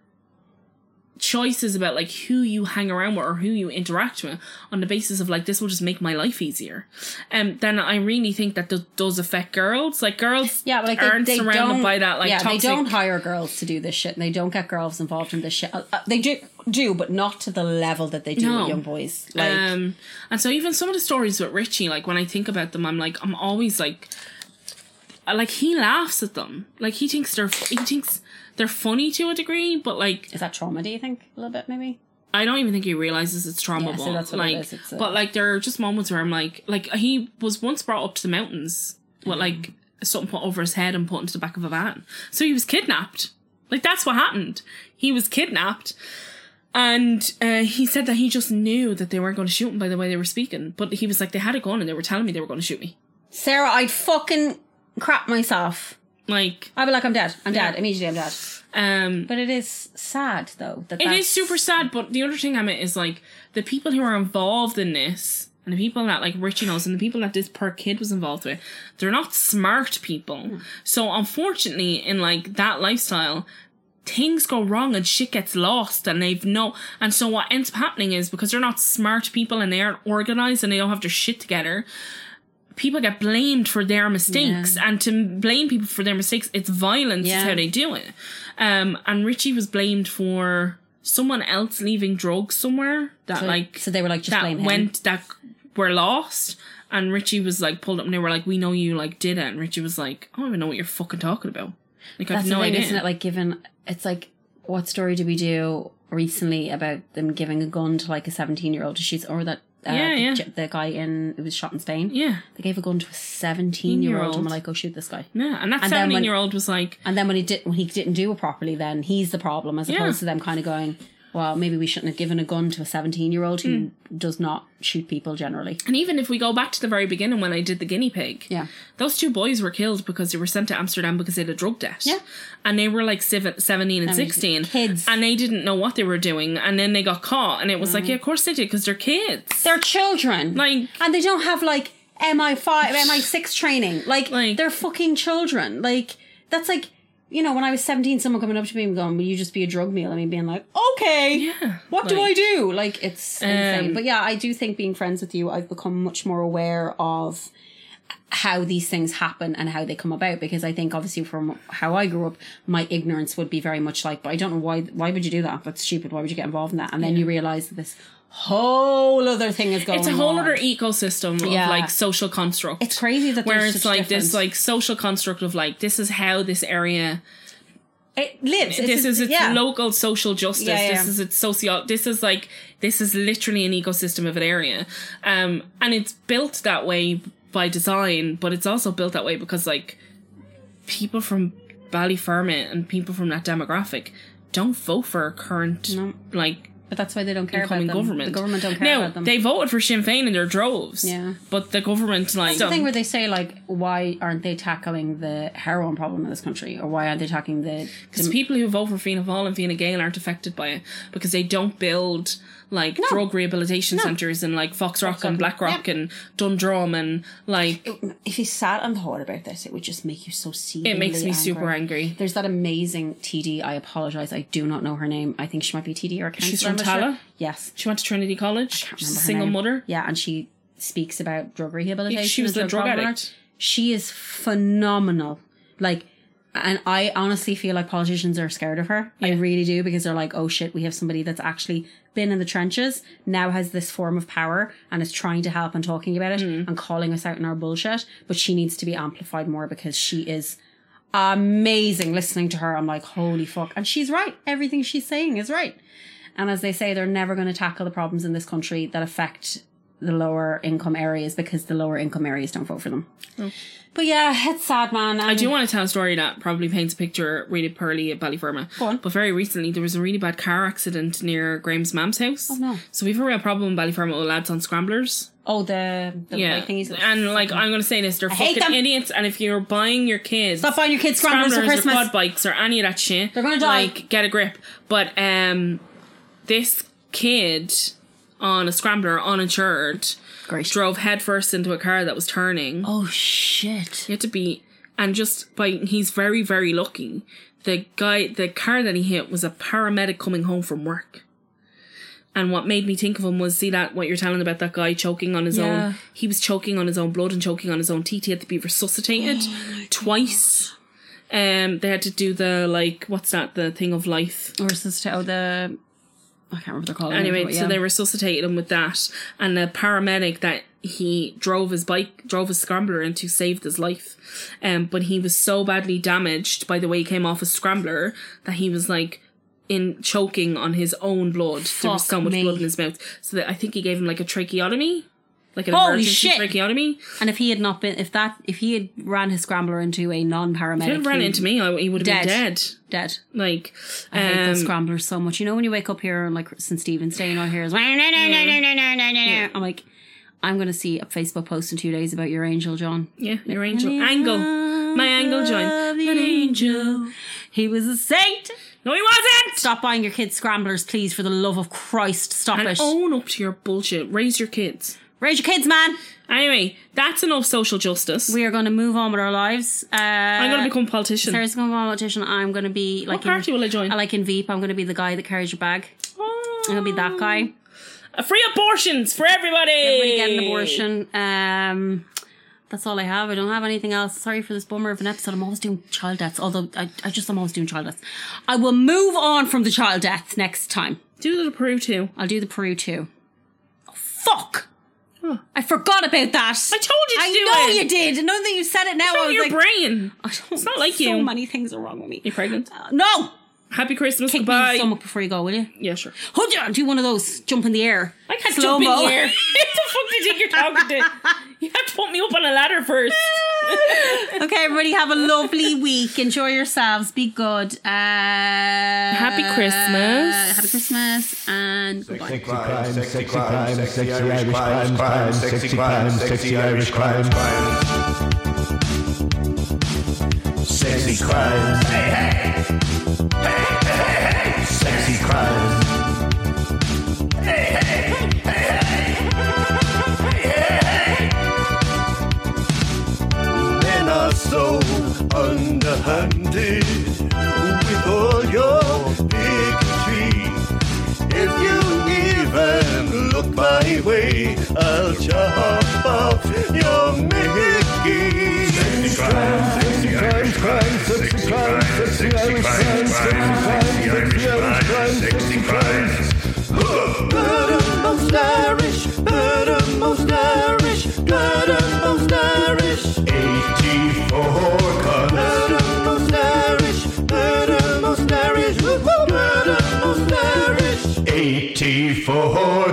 Speaker 2: choices about like who you hang around with or who you interact with on the basis of like this will just make my life easier um then i really think that th- does affect girls like girls
Speaker 3: Yeah, but like they,
Speaker 2: aren't
Speaker 3: they
Speaker 2: surrounded
Speaker 3: don't,
Speaker 2: by that like
Speaker 3: yeah,
Speaker 2: toxic
Speaker 3: they don't hire girls to do this shit. and They don't get girls involved in this shit. Uh, uh, they do do, but not to the level that they do
Speaker 2: No.
Speaker 3: with young boys. Like
Speaker 2: um and so even some of the stories with richie like when i think about them i'm like i'm always like I- like he laughs at them like he thinks they're he thinks they're funny to a degree but like
Speaker 3: is that trauma? Do you think a little bit maybe?
Speaker 2: I don't even think he realizes it's trauma
Speaker 3: Yeah, so
Speaker 2: bond.
Speaker 3: that's what it
Speaker 2: like,
Speaker 3: is, it's a-
Speaker 2: but like there are just moments where I'm like, like he was once brought up to the mountains
Speaker 3: Mm-hmm.
Speaker 2: with like something put over his head and put into the back of a van. So he was kidnapped. Like that's what happened. He was kidnapped, and uh, he said that he just knew that they weren't going to shoot him by the way they were speaking. But he was like, they had a gun and they were telling me they were going to shoot me.
Speaker 3: Sarah, I'd fucking crap myself.
Speaker 2: Like,
Speaker 3: I'd be like, I'm dead. I'm dead immediately. I'm dead.
Speaker 2: um,
Speaker 3: But it is sad though that
Speaker 2: It
Speaker 3: that's-
Speaker 2: is super sad, but the other thing I meant is like the people who are involved in this and the people that like Richie knows and the people that this poor kid was involved with, they're not smart
Speaker 3: Hmm.
Speaker 2: people. So unfortunately in like that lifestyle, things go wrong and shit gets lost and they've no and so what ends up happening is because they're not smart people and they aren't organized and they don't have their shit together people get blamed for their mistakes and to m- blame people for their mistakes it's violence is
Speaker 3: Yeah.
Speaker 2: how they do it um and richie was blamed for someone else leaving drugs somewhere that
Speaker 3: So-
Speaker 2: like
Speaker 3: so they were like, just
Speaker 2: that
Speaker 3: blame him.
Speaker 2: went that were lost and Richie was like pulled up and they were like we know you like did it and Richie was like I don't even know what you're fucking talking about like I
Speaker 3: That's
Speaker 2: have
Speaker 3: the
Speaker 2: no
Speaker 3: thing,
Speaker 2: idea
Speaker 3: isn't it? Like, given it's like, what story did we do recently about them giving a gun to like a seventeen-year-old to shoot, or that uh,
Speaker 2: Yeah,
Speaker 3: the,
Speaker 2: yeah.
Speaker 3: j- the guy in who was shot in Spain?
Speaker 2: yeah
Speaker 3: they gave a gun to a seventeen-year-old and
Speaker 2: Year-old.
Speaker 3: were like, "Go shoot this guy."
Speaker 2: yeah and that
Speaker 3: And then when-
Speaker 2: 17 year old was like
Speaker 3: And then when he did, when he didn't do it properly, then he's the problem, as
Speaker 2: Yeah.
Speaker 3: opposed to them kind of going, "Well, maybe we shouldn't have given a gun to a seventeen-year-old who
Speaker 2: Hmm.
Speaker 3: does not shoot people generally."
Speaker 2: and even if we go back to the very beginning when I did the guinea pig
Speaker 3: Yeah,
Speaker 2: those two boys were killed because they were sent to Amsterdam because they had a drug debt.
Speaker 3: Yeah.
Speaker 2: And they were like seven, 17 and
Speaker 3: And
Speaker 2: 16.
Speaker 3: kids.
Speaker 2: And they didn't know what they were doing. And then they got caught. And it was
Speaker 3: Mm.
Speaker 2: like, yeah, of course they did because they're kids.
Speaker 3: they're children,
Speaker 2: Like-
Speaker 3: and they don't have like MI five, MI six training. Like,
Speaker 2: Like-
Speaker 3: they're fucking children. Like that's like you know when I was seventeen, someone coming up to me and going, "Will you just be a drug meal?" I mean, being like, "Okay,
Speaker 2: Yeah.
Speaker 3: what do I
Speaker 2: Like-
Speaker 3: do?" Like it's
Speaker 2: Um,
Speaker 3: insane. But yeah, I do think being friends with you, I've become much more aware of how these things happen and how they come about because I think obviously from how I grew up my ignorance would be very much like but I don't know why why would you do that that's stupid why would you get involved in that and then you realize that this whole other thing is going
Speaker 2: It's a whole
Speaker 3: on.
Speaker 2: other ecosystem of
Speaker 3: Yeah.
Speaker 2: like social construct.
Speaker 3: It's crazy that
Speaker 2: Where
Speaker 3: there's
Speaker 2: it's
Speaker 3: such
Speaker 2: like
Speaker 3: difference.
Speaker 2: this like social construct of like, this is how this area,
Speaker 3: it lives. It's
Speaker 2: this
Speaker 3: a-
Speaker 2: is its
Speaker 3: yeah.
Speaker 2: local social justice.
Speaker 3: Yeah, yeah.
Speaker 2: This is its socio, this is like, this is literally an ecosystem of an area. Um, and it's built that way by design, but it's also built that way because like, people from Ballyfermot and people from that demographic don't vote for current like
Speaker 3: But that's why they don't care about
Speaker 2: incoming
Speaker 3: them.
Speaker 2: government.
Speaker 3: The government don't care
Speaker 2: now,
Speaker 3: about them.
Speaker 2: They voted for Sinn Féin in their droves.
Speaker 3: Yeah.
Speaker 2: But the government like
Speaker 3: It's the thing where they say like, why aren't they tackling the heroin problem in this country, or why aren't they tackling the?
Speaker 2: because people who vote for Fianna Fáil and Fianna Gael aren't affected by it because they don't build like drug rehabilitation centres in like Fox Rock and Blackrock and Dundrum and like it,
Speaker 3: If you sat and thought about this, it would just make you so seethingly
Speaker 2: makes me super angry.
Speaker 3: There's that amazing TD. I apologize. I do not know her name. I think she might be TD or a counselor.
Speaker 2: She's
Speaker 3: I'm
Speaker 2: from
Speaker 3: not sure.
Speaker 2: Tala?
Speaker 3: Yes.
Speaker 2: She went to Trinity College. She's a
Speaker 3: Remember her
Speaker 2: single
Speaker 3: name?
Speaker 2: mother.
Speaker 3: Yeah, and she speaks about drug rehabilitation.
Speaker 2: She was
Speaker 3: and
Speaker 2: the drug
Speaker 3: problem.
Speaker 2: addict.
Speaker 3: She is phenomenal. Like, and I honestly feel like politicians are scared of her. I
Speaker 2: Yeah.
Speaker 3: really do because they're like, oh shit, we have somebody that's actually been in the trenches, now has this form of power and is trying to help and talking about it
Speaker 2: Hmm.
Speaker 3: and calling us out in our bullshit. But she needs to be amplified more because she is amazing. Listening to her, I'm like, holy fuck. And she's right. Everything she's saying is right. And as they say, they're never going to tackle the problems in this country that affect the lower income areas because the lower income areas don't vote for them. But yeah, it's sad, man.
Speaker 2: Oh. I do want to tell a story that probably paints a picture really poorly at Ballyferma.
Speaker 3: Go on.
Speaker 2: But very recently, there was a really bad car accident near Graham's mam's house. Oh
Speaker 3: no.
Speaker 2: So we've a real problem in Ballyferma with lads on scramblers.
Speaker 3: Oh, the, the
Speaker 2: Yeah.
Speaker 3: white thingies.
Speaker 2: and like I'm gonna say this, they're
Speaker 3: hate
Speaker 2: fucking
Speaker 3: them.
Speaker 2: idiots. And if you're buying your kids,
Speaker 3: Stop buying your kids scramblers for
Speaker 2: or
Speaker 3: Christmas.
Speaker 2: quad bikes or any of that shit,
Speaker 3: They're gonna die.
Speaker 2: Like get a grip. But um, this kid on a scrambler, uninsured,
Speaker 3: Great.
Speaker 2: drove headfirst into a car that was turning.
Speaker 3: oh shit!
Speaker 2: He had to be, and just by he's very very lucky. The guy, the car that he hit was a paramedic coming home from work. And what made me think of him was see that what you're telling about that guy choking on his
Speaker 3: Yeah.
Speaker 2: own. He was choking on his own blood and choking on his own teeth. He had to be resuscitated twice. Um, they had to do the like what's that the thing of life.
Speaker 3: Or is this to, oh, the I can't remember what they're called
Speaker 2: Anyway, so they resuscitated him with that, and the paramedic that he drove his bike, drove his scrambler into, saved his life. Um, but he was so badly damaged by the way he came off his scrambler that he was like in choking on his own blood. there was
Speaker 3: Fuck
Speaker 2: so much
Speaker 3: me.
Speaker 2: blood in his mouth, so that I think he gave him like a tracheotomy, like an
Speaker 3: Holy
Speaker 2: emergency
Speaker 3: shit.
Speaker 2: tracheotomy.
Speaker 3: and if he had not been, if that, if he had ran his scrambler into a non-paramedic,
Speaker 2: If it ran
Speaker 3: he-
Speaker 2: into me, I, he would have been
Speaker 3: Dead.
Speaker 2: dead.
Speaker 3: dead.
Speaker 2: Like,
Speaker 3: I hate those
Speaker 2: um,
Speaker 3: scramblers so much. You know when you wake up here and like St. Stephen's Day and all here is I'm like, I'm gonna see a Facebook post in two days about your angel, John.
Speaker 2: yeah, your angel angle, my angle joint,
Speaker 3: An angel. He was a saint.
Speaker 2: No, he wasn't.
Speaker 3: Stop buying your kids scramblers, please, for the love of Christ. Stop
Speaker 2: And oh-
Speaker 3: it.
Speaker 2: own up to your bullshit. Raise your kids.
Speaker 3: Raise your kids, man.
Speaker 2: Anyway, that's enough social justice.
Speaker 3: We are gonna move on with our lives. Uh,
Speaker 2: I'm going to become a politician.
Speaker 3: Sarah's gonna become a politician. I'm gonna be like
Speaker 2: What party will I join?
Speaker 3: I like in Veep. I'm gonna be the guy that carries your bag.
Speaker 2: Oh.
Speaker 3: I'm gonna be that guy.
Speaker 2: Uh, Free abortions for everybody.
Speaker 3: Everybody get an abortion. Um, That's all I have. I don't have anything else. Sorry for this bummer of an episode. I'm always doing child deaths, although I, I just am always doing child deaths. I will move on from the child deaths next time.
Speaker 2: Do the Peru too.
Speaker 3: I'll do the Peru too. Oh, fuck! I forgot about that.
Speaker 2: I told you to
Speaker 3: I
Speaker 2: do
Speaker 3: know
Speaker 2: it.
Speaker 3: you did. Now that you said it, now I
Speaker 2: Oh,
Speaker 3: was
Speaker 2: your
Speaker 3: like,
Speaker 2: brain.
Speaker 3: I don't-
Speaker 2: It's not like
Speaker 3: so
Speaker 2: you.
Speaker 3: many things are wrong with me.
Speaker 2: You're pregnant.
Speaker 3: Uh, no.
Speaker 2: Happy Christmas.
Speaker 3: Pick
Speaker 2: Goodbye.
Speaker 3: me some up before you go, will you?
Speaker 2: yeah, sure.
Speaker 3: Hold on, do one of those jump in the air.
Speaker 2: I can't
Speaker 3: Slow-mo.
Speaker 2: jump in here. what the fuck do you think you're talking to? You have to put me up on a ladder first.
Speaker 3: okay, everybody, have a lovely week. Enjoy yourselves. Be good. Uh, happy
Speaker 2: Christmas.
Speaker 3: Happy Christmas and goodbye.
Speaker 6: Sexy crime, sexy crime, sexy Irish crime, crime, sexy crime, sexy Irish crime, crime. Sexy crime. Hey, hey. Hey, hey, hey, hey. Sexy crime. Hey, hey. Hey, hey. Hey, hey, hey. Men are so underhanded with all your bigotry. If you even look my way, I'll chop off your Mickey. Sexy crime, sexy crime, crime, sexy crime, sexy Irish crime, sexy crime, sexy Irish crime, sexy crime. Better most Irish, better most Irish, better most Irish. 84 colours. Better most Irish, better most Irish, better most Irish. 84